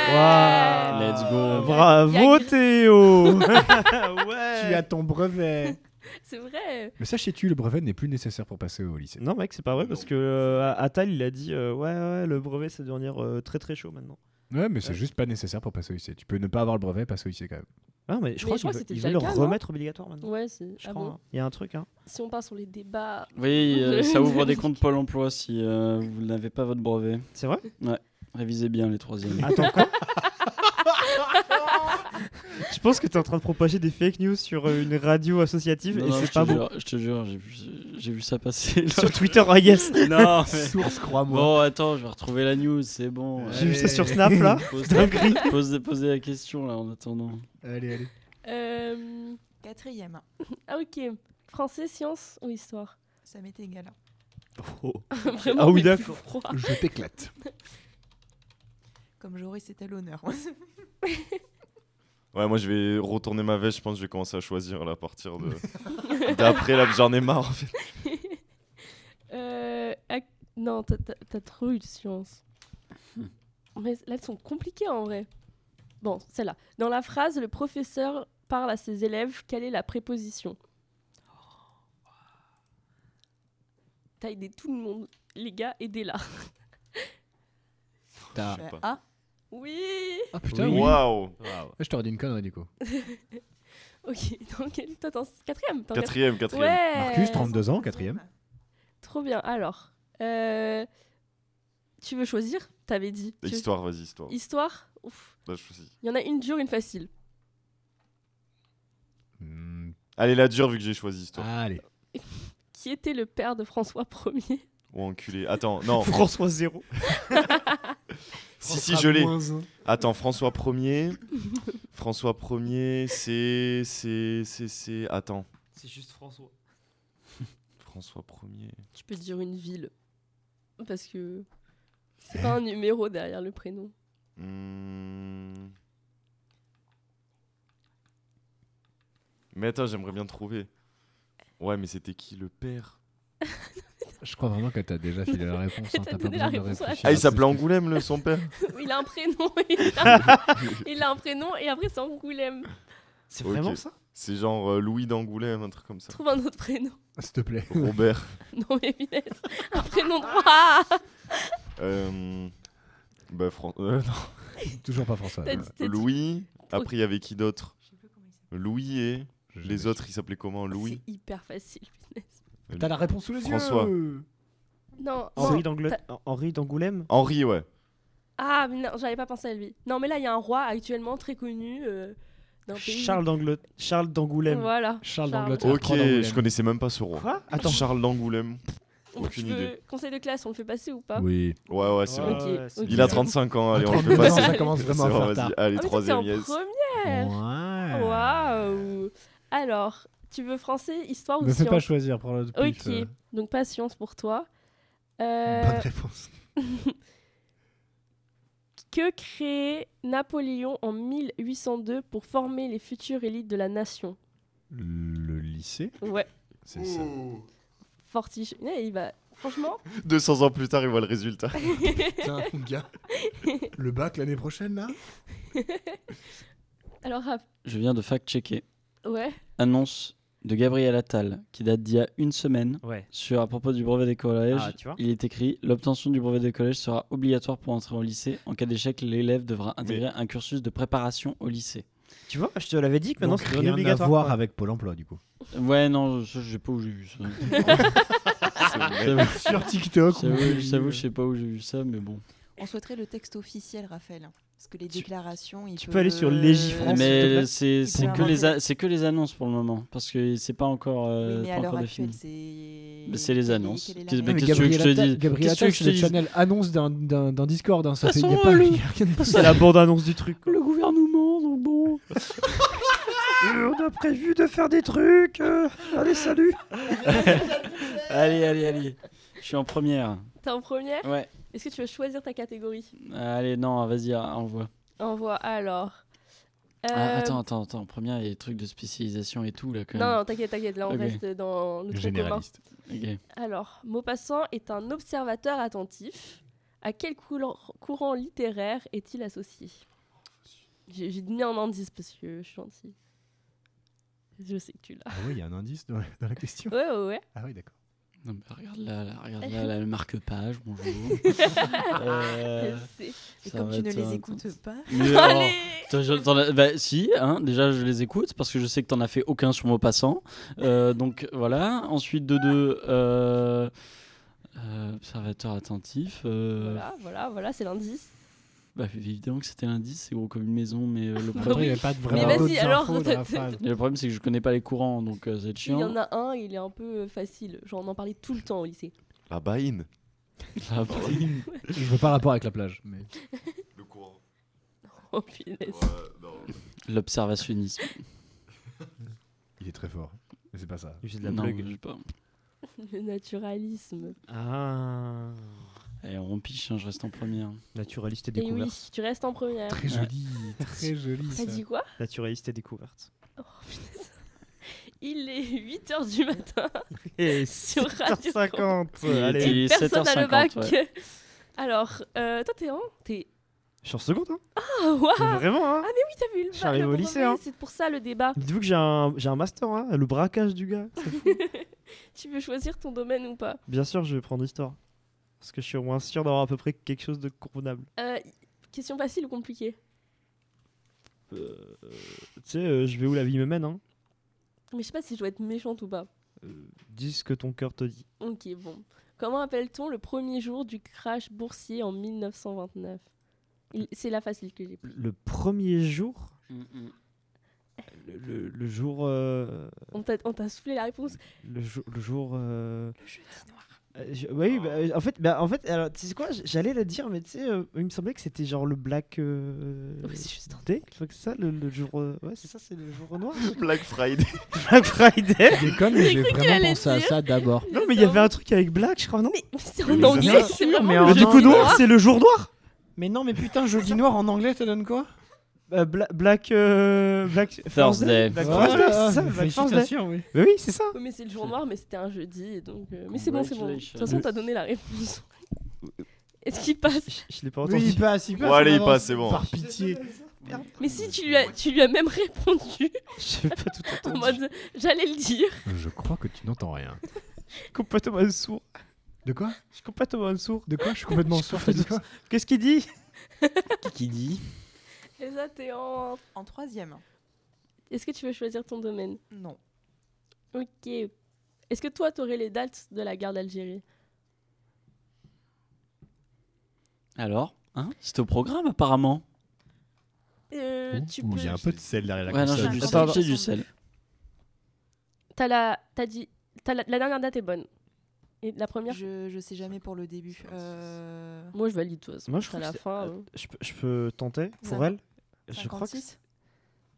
Speaker 7: Waouh.
Speaker 3: Let's go.
Speaker 7: Bravo
Speaker 6: Y a-
Speaker 7: Théo
Speaker 6: Euh.
Speaker 8: Tu as
Speaker 7: ouais.
Speaker 8: ton brevet.
Speaker 6: C'est vrai
Speaker 8: Mais sachez-tu, le brevet n'est plus nécessaire pour passer au lycée.
Speaker 7: Non mec, c'est pas vrai parce que euh, Attal il a dit euh, ouais ouais le brevet ça doit devenir euh, très très chaud maintenant.
Speaker 8: Ouais, mais
Speaker 6: Euh.
Speaker 8: c'est juste pas nécessaire pour passer au lycée. Tu peux ne pas avoir le brevet, passer au lycée quand même.
Speaker 7: Ah mais je crois
Speaker 6: je crois que
Speaker 7: qu'ils veulent-
Speaker 6: c'était
Speaker 7: ils
Speaker 6: déjà
Speaker 7: veulent
Speaker 6: le
Speaker 7: le
Speaker 6: cas, non
Speaker 7: remettre obligatoire maintenant.
Speaker 6: Ouais, c'est.
Speaker 7: Je
Speaker 6: ah
Speaker 7: crois.
Speaker 6: bon
Speaker 7: hein. Il y a un truc hein.
Speaker 6: Si on part sur les débats.
Speaker 3: Oui, euh, ça ouvre des comptes Pôle emploi si euh, vous n'avez pas votre brevet.
Speaker 7: C'est vrai
Speaker 3: Révisez bien les troisièmes.
Speaker 7: Attends quoi Je pense que t'es en train de propager des fake news sur euh, une radio associative
Speaker 3: Non,
Speaker 7: et
Speaker 3: non, je
Speaker 7: c'est
Speaker 3: te
Speaker 7: pas bon.
Speaker 3: jure, Je te jure, j'ai vu, j'ai vu ça passer. là.
Speaker 7: Sur Twitter, I guess.
Speaker 3: non, mais...
Speaker 8: Source, crois-moi.
Speaker 3: Bon, attends, je vais retrouver la news, c'est bon.
Speaker 7: J'ai vu ça sur Snap là.
Speaker 3: Pose- Posez, posez la question là en attendant.
Speaker 8: Allez, allez.
Speaker 6: Euh...
Speaker 2: Quatrième,
Speaker 6: Ah, ok. Français, sciences ou histoire
Speaker 2: ça m'était égal. hein.
Speaker 6: Vraiment,
Speaker 7: Ah oui,
Speaker 6: mais plus
Speaker 7: d'accord.
Speaker 6: froid.
Speaker 8: Je t'éclate.
Speaker 2: Comme Joris est à l'honneur.
Speaker 5: Ouais, moi je vais retourner ma veste, je pense que je vais commencer à choisir là, à partir de. D'après là, j'en ai marre en fait.
Speaker 6: Euh, ac- Non, t'as- t'as t'as trop eu de science. Mais là, elles sont compliquées en vrai. Bon, celle-là. Dans la phrase, le professeur parle à ses élèves, quelle est la préposition Oh, T'as aidé tout le monde. Les gars, aidez-la.
Speaker 8: T'as-
Speaker 5: Je sais pas.
Speaker 2: Ah,
Speaker 6: Oui
Speaker 8: Ah putain, oui. Ah,
Speaker 5: Waouh
Speaker 8: Je t'aurais dit une connerie du coup.
Speaker 6: Ok, donc, toi, t'es en quatrième. t'es en
Speaker 5: Quatrième, quatrième.
Speaker 6: Ouais
Speaker 8: Marcus, 32 ans, quatrième.
Speaker 6: Trop bien. Alors, euh, tu veux choisir T'avais dit. Tu veux-
Speaker 5: Histoire, vas-y, histoire.
Speaker 6: Histoire Ouf.
Speaker 5: Là, je choisis.
Speaker 6: Il y en a une dure, une facile.
Speaker 8: Hmm,
Speaker 5: Allez, la dure vu que j'ai choisi histoire.
Speaker 8: Allez.
Speaker 6: Qui était le père de François Ier
Speaker 5: Ou Oh, enculé. Attends, non.
Speaker 7: François Zéro.
Speaker 5: si, si, je l'ai. Attends, François 1er. François 1er, c'est. C'est. C'est. C'est. Attends.
Speaker 7: C'est juste François.
Speaker 5: François 1er.
Speaker 6: Tu peux dire une ville. Parce que c'est pas un numéro derrière le prénom.
Speaker 5: Hmm. Mais attends, j'aimerais bien trouver. Ouais, mais c'était qui le père
Speaker 8: Je crois vraiment que t'as déjà filé la réponse. hein.
Speaker 6: T'as donné la réponse à la
Speaker 5: Ah, il s'appelait Angoulême, le, son père
Speaker 6: il a un prénom. il, a... il a un prénom et après c'est Angoulême.
Speaker 7: C'est
Speaker 5: Ok.
Speaker 7: vraiment ça
Speaker 5: C'est genre euh, Louis d'Angoulême, un truc comme ça.
Speaker 6: Trouve un autre prénom.
Speaker 8: S'il te plaît.
Speaker 5: Robert.
Speaker 6: Non mais finesse. Un prénom droit.
Speaker 5: Euh, Bah, Fran- euh, non,
Speaker 8: Toujours pas François.
Speaker 6: T'as dit- t'as dit-
Speaker 5: Louis. Après, il y avait qui d'autre
Speaker 2: Je sais plus comment il Ah, s'appelle.
Speaker 5: Louis et.
Speaker 8: Je-
Speaker 5: Les autres, ils s'appelaient comment Louis
Speaker 6: C'est hyper facile. finesse.
Speaker 8: T'as la réponse sous les
Speaker 5: François.
Speaker 8: yeux.
Speaker 6: Non. non.
Speaker 7: Henri d'Angle- Henri d'Angoulême
Speaker 5: Henri, ouais.
Speaker 6: Ah mais non, j'avais pas pensé à lui. Non mais là il y a un roi actuellement très connu euh, d'un pays.
Speaker 7: Charles d'Angle- Charles d'Angoulême.
Speaker 6: Voilà.
Speaker 8: Charles d'Angleterre.
Speaker 5: Ok,
Speaker 8: Trois d'Angoulême.
Speaker 5: je connaissais même pas ce roi.
Speaker 7: Quoi Attends.
Speaker 5: Charles d'Angoulême. Aucune
Speaker 6: Je peux-
Speaker 5: idée.
Speaker 6: Conseil de classe, on le fait passer ou pas Ah,
Speaker 8: Oui.
Speaker 5: Ouais, ouais, c'est
Speaker 7: Ouais,
Speaker 5: vrai.
Speaker 6: Ok,
Speaker 7: ouais, c'est
Speaker 6: ok.
Speaker 5: Il a
Speaker 7: bizarre.
Speaker 5: 35 ans, allez, on le fait
Speaker 8: 32 ans,
Speaker 5: passer.
Speaker 8: ça commence
Speaker 5: C'est
Speaker 8: vraiment
Speaker 5: bon,
Speaker 8: à faire
Speaker 5: vas-y,
Speaker 8: tard.
Speaker 5: allez,
Speaker 6: Ah, mais toi, t'es
Speaker 5: troisième
Speaker 6: en
Speaker 5: yes.
Speaker 6: premier.
Speaker 8: Ouais.
Speaker 6: Waouh Alors, Tu veux français, histoire
Speaker 4: Me
Speaker 6: ou
Speaker 4: fais pas
Speaker 6: science
Speaker 4: choisir, prends l'autre pif,
Speaker 6: Ok,
Speaker 4: euh.
Speaker 6: donc pas science pour toi.
Speaker 8: Bonne
Speaker 6: Euh,
Speaker 8: réponse.
Speaker 6: que créait Napoléon en 1802 pour former les futures élites de la nation
Speaker 4: Le lycée
Speaker 6: Ouais,
Speaker 5: C'est ça.
Speaker 6: Fortiche. Eh, il va... Franchement,
Speaker 5: 200 ans plus tard, il voit le résultat.
Speaker 8: Putain, mon gars. Le bac l'année prochaine, là
Speaker 6: alors, ah,
Speaker 3: Je viens de fact-checker.
Speaker 6: ouais,
Speaker 3: Annonce de Gabriel Attal, qui date d'il y a une semaine,
Speaker 7: Ouais.
Speaker 3: sur à propos du brevet des collèges.
Speaker 7: Ah, tu vois.
Speaker 3: Il est écrit L'obtention du brevet des collèges sera obligatoire pour entrer au lycée. En cas d'échec, l'élève devra intégrer un cursus de préparation au lycée.
Speaker 7: Tu vois, je te l'avais
Speaker 8: Ah
Speaker 7: dit que maintenant
Speaker 4: Donc
Speaker 7: c'est devenu
Speaker 4: rien à
Speaker 7: obligatoire.
Speaker 4: voir
Speaker 7: quoi.
Speaker 4: avec Pôle emploi, du coup.
Speaker 3: Ouais, non, je je sais pas où j'ai vu ça.
Speaker 8: Sur TikTok.
Speaker 3: J'avoue, j'avoue, je sais pas où j'ai vu ça, mais bon.
Speaker 2: On souhaiterait le texte officiel, Raphaël. Parce que les
Speaker 7: Tu-
Speaker 2: déclarations. il
Speaker 7: tu
Speaker 2: peut- Euh,
Speaker 7: peux aller sur Légifrance.
Speaker 2: Oui,
Speaker 3: mais
Speaker 7: plaît.
Speaker 3: c'est
Speaker 2: Il
Speaker 3: c'est
Speaker 2: faut
Speaker 3: que, les
Speaker 2: inventer.
Speaker 3: a- c'est que les annonces pour le moment, parce que c'est pas encore, euh,
Speaker 2: mais
Speaker 3: pas
Speaker 2: à l'heure
Speaker 3: encore
Speaker 2: actuelle,
Speaker 3: défini.
Speaker 2: c'est.
Speaker 3: Mais c'est les
Speaker 2: quelle est-
Speaker 3: annonces.
Speaker 2: quelle est la
Speaker 3: Qu'est-ce-
Speaker 2: réalité
Speaker 3: mais qu'est-ce que tu veux que je te
Speaker 8: Gabriel Attal-
Speaker 3: dise
Speaker 8: Gabriel
Speaker 3: Qu'est-ce que tu veux
Speaker 8: Attal
Speaker 3: que je
Speaker 8: sur
Speaker 3: te
Speaker 8: le
Speaker 3: dise
Speaker 8: channel annonce d'un- d'un d'un Discord. hein, Ça fait,
Speaker 3: Façon,
Speaker 8: il n'y a pas
Speaker 3: le-
Speaker 8: il y a rien de
Speaker 7: C'est la bande-annonce du truc. quoi.
Speaker 3: Le gouvernement, donc bon.
Speaker 7: Euh, on a prévu de faire des trucs. euh, Allez, salut.
Speaker 3: allez, allez, allez. Je suis en première.
Speaker 6: t'es en première.
Speaker 3: Ouais.
Speaker 6: Est-ce que tu veux choisir ta catégorie
Speaker 3: Allez, non, vas-y, envoie.
Speaker 2: Euh,
Speaker 6: Envoie alors.
Speaker 3: Ah,
Speaker 6: Euh,
Speaker 3: attends, attends, attends. En première, il y a des trucs de spécialisation et tout, là, quand
Speaker 6: Non, non, t'inquiète, t'inquiète, là on
Speaker 3: Ok.
Speaker 6: reste dans le tronc commun.
Speaker 4: Généraliste.
Speaker 3: même. Ok.
Speaker 6: Alors, Maupassant est un observateur attentif. À quel couleur- courant littéraire est-il associé J'ai j'ai mis un indice parce que je suis gentille. Je sais que tu l'as.
Speaker 4: Ah oui, il y a un indice dans dans la question.
Speaker 6: Ouais, ouais, ouais.
Speaker 4: Ah oui, d'accord.
Speaker 3: Non, mais regarde là, là, regarde là, là, le marque-page, bonjour. Euh,
Speaker 6: je sais.
Speaker 2: Et
Speaker 3: ça
Speaker 2: comme
Speaker 3: va
Speaker 2: tu ne
Speaker 3: être
Speaker 2: les
Speaker 3: un-
Speaker 2: écoutes pas,
Speaker 3: Mais alors,
Speaker 6: Allez
Speaker 3: t'en- j'en- t'en as- bah, si, hein, déjà je les écoute parce que je sais que t'en as fait aucun sur Maupassant. Euh, donc voilà. Ensuite, de deux, euh, euh, observateur attentif. euh,
Speaker 6: Voilà, voilà, voilà, c'est l'indice.
Speaker 3: bah, évidemment que c'était l'indice, c'est gros comme une maison, mais euh, le,
Speaker 6: Bah
Speaker 3: problème,
Speaker 4: Après, il n'y a pas de
Speaker 6: Mais
Speaker 4: vraiment
Speaker 6: vas-y,
Speaker 4: d'autres
Speaker 6: alors,
Speaker 4: infos dans la
Speaker 6: t'as-
Speaker 4: phrase.
Speaker 3: mais le problème c'est que je connais pas les courants, donc euh, c'est
Speaker 6: Il y
Speaker 3: chiant.
Speaker 6: en a un, il est un peu euh, facile. Genre, on en parlait tout le temps au lycée.
Speaker 5: La baïne.
Speaker 3: Ah, bah,
Speaker 8: Je veux pas le rapport avec la plage. Mais...
Speaker 5: Le courant.
Speaker 6: Oh, punaise.
Speaker 3: L'observationnisme.
Speaker 4: Il est très fort. Mais c'est pas ça.
Speaker 7: J'ai de la
Speaker 3: Non,
Speaker 7: plug.
Speaker 3: je sais pas.
Speaker 6: Le naturalisme.
Speaker 7: Ah.
Speaker 3: Allez, on piche, hein, je reste en première.
Speaker 7: Naturaliste et
Speaker 6: Et Eh oui,
Speaker 7: découverte.
Speaker 6: tu restes en première.
Speaker 8: Très joli. Très joli.
Speaker 6: T'as
Speaker 8: ça.
Speaker 6: dit quoi
Speaker 7: Naturaliste et découverte.
Speaker 6: Oh, punaise. Il est 8h du matin.
Speaker 7: Et
Speaker 6: Sur Radio
Speaker 7: 50.
Speaker 3: Il
Speaker 7: Allez.
Speaker 3: était-
Speaker 6: Et
Speaker 3: est
Speaker 6: personne n'a le
Speaker 3: 7h50,
Speaker 6: bac. Alors, euh, toi, t'es en T'es.
Speaker 7: Je suis en seconde, hein.
Speaker 6: Ah, waouh
Speaker 7: Mais Vraiment, hein.
Speaker 6: Oui, t'as vu le bac,
Speaker 7: J'arrive
Speaker 6: le
Speaker 7: au lycée,
Speaker 6: brevet,
Speaker 7: hein.
Speaker 6: C'est pour ça le débat.
Speaker 7: Dites-vous que j'ai un, j'ai un master, hein. Le braquage du gars. c'est fou.
Speaker 6: Tu veux choisir ton domaine ou pas
Speaker 7: Bien sûr, je vais prendre histoire. Parce que je suis au moins sûr d'avoir à peu près quelque chose de convenable.
Speaker 6: Euh, Question facile ou compliquée
Speaker 7: Tu sais, euh, je vais où la vie me mène, hein.
Speaker 6: Mais je sais pas si je dois être méchante ou pas.
Speaker 7: Euh, dis ce que ton cœur te dit.
Speaker 6: Ok, bon. Comment appelle-t-on le premier jour du crash boursier en 1929 Il- C'est la facile que j'ai pris.
Speaker 7: Le premier jour, le, le- le jour, euh,
Speaker 6: On t'a on t'a soufflé la réponse.
Speaker 7: le, jour- le jour. euh, euh, je- oui, bah,
Speaker 8: Oh.
Speaker 7: euh, en fait, bah, en fait, alors, tu sais quoi, j- j'allais le dire, mais tu sais, euh, il me semblait que c'était genre le Black. euh,
Speaker 6: Oui, c'est juste un
Speaker 7: Day, je crois que c'est ça, le, le jour. euh, ouais, c'est ça, c'est le jour noir.
Speaker 5: Black Friday.
Speaker 7: Black Friday.
Speaker 8: Je déconne, mais j'ai
Speaker 6: qu'elle
Speaker 8: vraiment
Speaker 6: allait
Speaker 8: pensé à
Speaker 6: dire.
Speaker 8: ça d'abord.
Speaker 7: Non, mais il y avait un truc avec Black, je crois, non
Speaker 6: Mais, mais c'est
Speaker 5: Mais
Speaker 6: en
Speaker 5: bien
Speaker 6: anglais,
Speaker 7: sûr,
Speaker 6: c'est
Speaker 7: mais
Speaker 8: oh,
Speaker 6: vraiment
Speaker 7: Mais
Speaker 6: le
Speaker 7: du
Speaker 6: jour
Speaker 7: coup,
Speaker 6: noir.
Speaker 7: noir, c'est le jour noir.
Speaker 8: Mais non, mais putain, jeudi noir en anglais, ça donne quoi
Speaker 7: Euh, Bla- Black. euh, Black.
Speaker 3: Thursday.
Speaker 7: Black
Speaker 8: Ouais,
Speaker 7: Thursday, c'est ça,
Speaker 8: ouais,
Speaker 7: Black Thursday.
Speaker 8: félicitations, oui.
Speaker 7: Mais oui, c'est ça.
Speaker 6: Oui, mais c'est le jour noir, mais c'était un jeudi, donc. euh, Mais c'est bon, c'est bon. De toute
Speaker 3: Congratulations.
Speaker 6: façon, t'as donné la réponse. Est-ce qu'il passe
Speaker 7: Je, je l'ai pas
Speaker 8: Oui,
Speaker 7: entendu.
Speaker 8: il passe, il passe.
Speaker 5: Bon, allez,
Speaker 8: on
Speaker 5: il
Speaker 8: avance.
Speaker 5: passe, c'est bon.
Speaker 8: Par pitié.
Speaker 6: Mais si tu lui as, tu lui as même répondu
Speaker 8: bah.
Speaker 7: J'ai pas tout
Speaker 6: en
Speaker 7: entendu.
Speaker 6: mode, j'allais le dire.
Speaker 4: Je crois que tu n'entends rien.
Speaker 7: Je suis complètement sourd.
Speaker 8: De quoi
Speaker 7: Je suis complètement sourd.
Speaker 8: De quoi Je suis complètement sourd. T'as dit quoi
Speaker 7: Qu'est-ce qu'il dit
Speaker 3: Qui dit
Speaker 6: Et ça, t'es en.
Speaker 2: en troisième.
Speaker 6: Est-ce que tu veux choisir ton domaine
Speaker 2: Non.
Speaker 6: Ok. Est-ce que toi, t'aurais les dates de la guerre d'Algérie
Speaker 3: Alors hein C'est au programme apparemment.
Speaker 6: euh, Tu
Speaker 4: Ouh,
Speaker 6: peux.
Speaker 4: il y a un peu de sel derrière la
Speaker 3: Ouais, non,
Speaker 4: console.
Speaker 3: j'ai
Speaker 2: ça, ça
Speaker 3: Bah, du sel.
Speaker 2: me
Speaker 3: J'ai du
Speaker 2: semble.
Speaker 3: sel.
Speaker 6: T'as la. T'as dit. t'as la... la dernière date est bonne. Et la première.
Speaker 2: Je, je sais jamais pour le début. Euh,
Speaker 6: Moi, je valide, toi.
Speaker 7: Moi, je
Speaker 6: à
Speaker 7: trouve
Speaker 6: la hein.
Speaker 7: que c'est-
Speaker 6: fin.
Speaker 7: Je, peux- je peux tenter pour
Speaker 2: Ça-
Speaker 7: elle Je crois que
Speaker 2: 56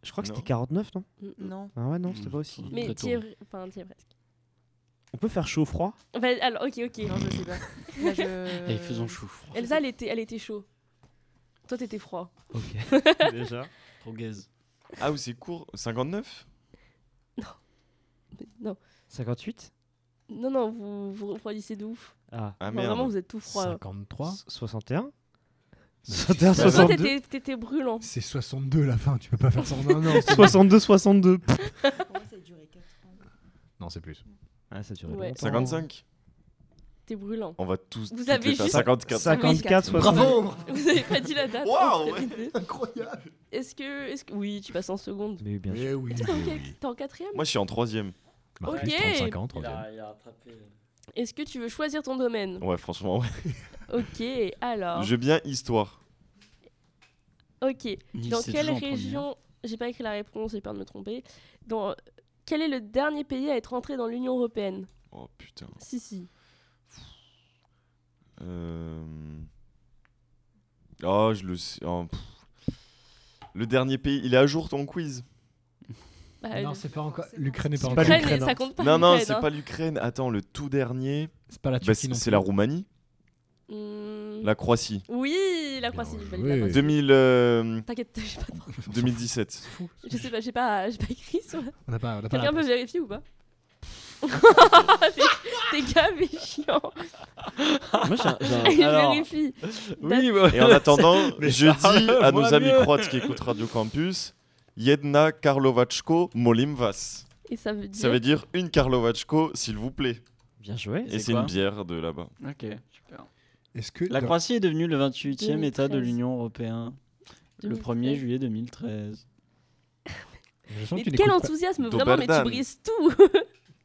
Speaker 7: Je crois que
Speaker 5: Non.
Speaker 7: c'était 49, non
Speaker 6: Mm, mm.
Speaker 2: Non.
Speaker 7: Ah ouais, non, c'était pas aussi.
Speaker 6: Mais
Speaker 3: Très
Speaker 6: t'y es, vra- enfin, t'y es presque.
Speaker 7: On peut faire chaud-froid
Speaker 6: Enfin, alors, ok, ok, non, je sais pas.
Speaker 2: Là, je-
Speaker 3: Et Eh, faisons chou froid.
Speaker 6: Elsa, elle était, elle était chaud. Toi, t'étais froid.
Speaker 3: Ok.
Speaker 7: Déjà.
Speaker 3: Trop gaze.
Speaker 5: Ah, ou c'est court 59
Speaker 6: Mais Non,
Speaker 7: 58
Speaker 6: non, non, vous vous refroidissez de ouf.
Speaker 7: Ah.
Speaker 5: Ah
Speaker 6: Non,
Speaker 5: merde.
Speaker 6: vraiment, vous êtes tout froid.
Speaker 8: 53
Speaker 7: 61 61,
Speaker 6: Toi,
Speaker 5: Bah,
Speaker 7: 62
Speaker 6: t'étais t'étais brûlant.
Speaker 8: C'est 62 la fin, tu peux pas faire ça en un an. c'est-
Speaker 7: 62, 62.
Speaker 2: Pour moi, ça a duré 4 ans.
Speaker 8: Non, c'est plus.
Speaker 7: Ah, ça durait
Speaker 6: Ouais.
Speaker 7: longtemps.
Speaker 5: 55
Speaker 6: T'es brûlant.
Speaker 5: On va tous.
Speaker 6: Vous
Speaker 5: toutes
Speaker 6: avez
Speaker 5: les faire.
Speaker 6: juste-
Speaker 5: 54.
Speaker 7: 54, 60.
Speaker 8: Bravo
Speaker 6: Vous avez pas dit la date.
Speaker 5: Waouh,
Speaker 6: hein, c'est abusé.
Speaker 8: Incroyable
Speaker 6: Est-ce que, est-ce que. Oui, tu passes en seconde.
Speaker 7: Mais oui, bien sûr.
Speaker 8: Mais Eh oui,
Speaker 6: T'es en, quel- t'es en quatrième
Speaker 5: Moi, je suis en troisième.
Speaker 8: Marcus,
Speaker 6: Ok.
Speaker 8: 35 ans, 30
Speaker 3: rattrapé.
Speaker 6: Est-ce que tu veux choisir ton domaine
Speaker 5: Ouais, franchement, ouais.
Speaker 6: Ok, alors.
Speaker 5: Je veux bien histoire.
Speaker 6: Ok.
Speaker 3: Nice,
Speaker 6: Dans
Speaker 3: c'est
Speaker 6: quelle
Speaker 3: toujours en premier,
Speaker 6: région. J'ai pas écrit la réponse, j'ai peur de me tromper. Dans. Quel est le dernier pays à être entré dans l'Union Européenne
Speaker 5: Oh putain.
Speaker 6: Si, si.
Speaker 5: Euh... Oh, je le sais. oh, pff. Le dernier pays, il est à jour ton quiz
Speaker 6: Bah,
Speaker 8: Non,
Speaker 6: le-
Speaker 8: c'est pas encore. L'Ukraine est pas
Speaker 7: C'est
Speaker 8: encore.
Speaker 7: pas
Speaker 6: Ukraine,
Speaker 7: l'Ukraine,
Speaker 6: ça
Speaker 7: hein.
Speaker 6: compte pas.
Speaker 5: Non, non,
Speaker 6: l'Ukraine,
Speaker 5: c'est
Speaker 6: hein.
Speaker 5: pas l'Ukraine. Attends, le tout dernier,
Speaker 8: C'est pas la
Speaker 5: bah,
Speaker 8: Turquie
Speaker 5: c'est
Speaker 8: non
Speaker 5: c'est
Speaker 8: plus.
Speaker 5: la Roumanie,
Speaker 6: Hmm.
Speaker 5: la Croatie.
Speaker 6: Oui,
Speaker 8: Bien
Speaker 6: la Croatie. je
Speaker 8: joué.
Speaker 6: valide la Croatie.
Speaker 5: 2000, euh,
Speaker 6: T'inquiète, j'ai pas, de-
Speaker 8: On s'en fout.
Speaker 5: 2017.
Speaker 6: je sais pas, j'ai pas, j'ai pas écrit sur la-
Speaker 8: On n'a pas, on a pas la
Speaker 6: Quelqu'un peut
Speaker 8: réponse.
Speaker 6: vérifier ou pas T'es gars, mais chiant.
Speaker 3: Ah,
Speaker 7: Moi, j'ai un- j'ai un-
Speaker 6: Allez,
Speaker 3: alors-
Speaker 6: vérifie.
Speaker 3: Oui, bah,
Speaker 5: Et en attendant,
Speaker 3: Mais
Speaker 5: je dis
Speaker 3: Charles,
Speaker 5: à nos
Speaker 3: moi
Speaker 5: amis
Speaker 3: mieux.
Speaker 5: croates qui écoutent Radio Campus Jedna Karlovachko Molim vas.
Speaker 6: Et ça veut dire.
Speaker 5: Ça veut dire une Karlovachko, s'il vous plaît.
Speaker 7: Bien joué.
Speaker 5: Et
Speaker 3: C'est
Speaker 5: c'est
Speaker 3: quoi
Speaker 5: une bière de là-bas.
Speaker 3: Ok.
Speaker 8: Est-ce que.
Speaker 3: La
Speaker 8: dans-
Speaker 3: Croatie est devenue le 28e État de
Speaker 6: 2013.
Speaker 3: l'Union européenne le
Speaker 6: 2013.
Speaker 3: 1er juillet 2013.
Speaker 8: Je sens
Speaker 6: Mais
Speaker 8: que tu
Speaker 6: quel
Speaker 8: n'écoutes pas.
Speaker 6: enthousiasme, vraiment, mais tu
Speaker 5: Doberdan.
Speaker 6: brises tout.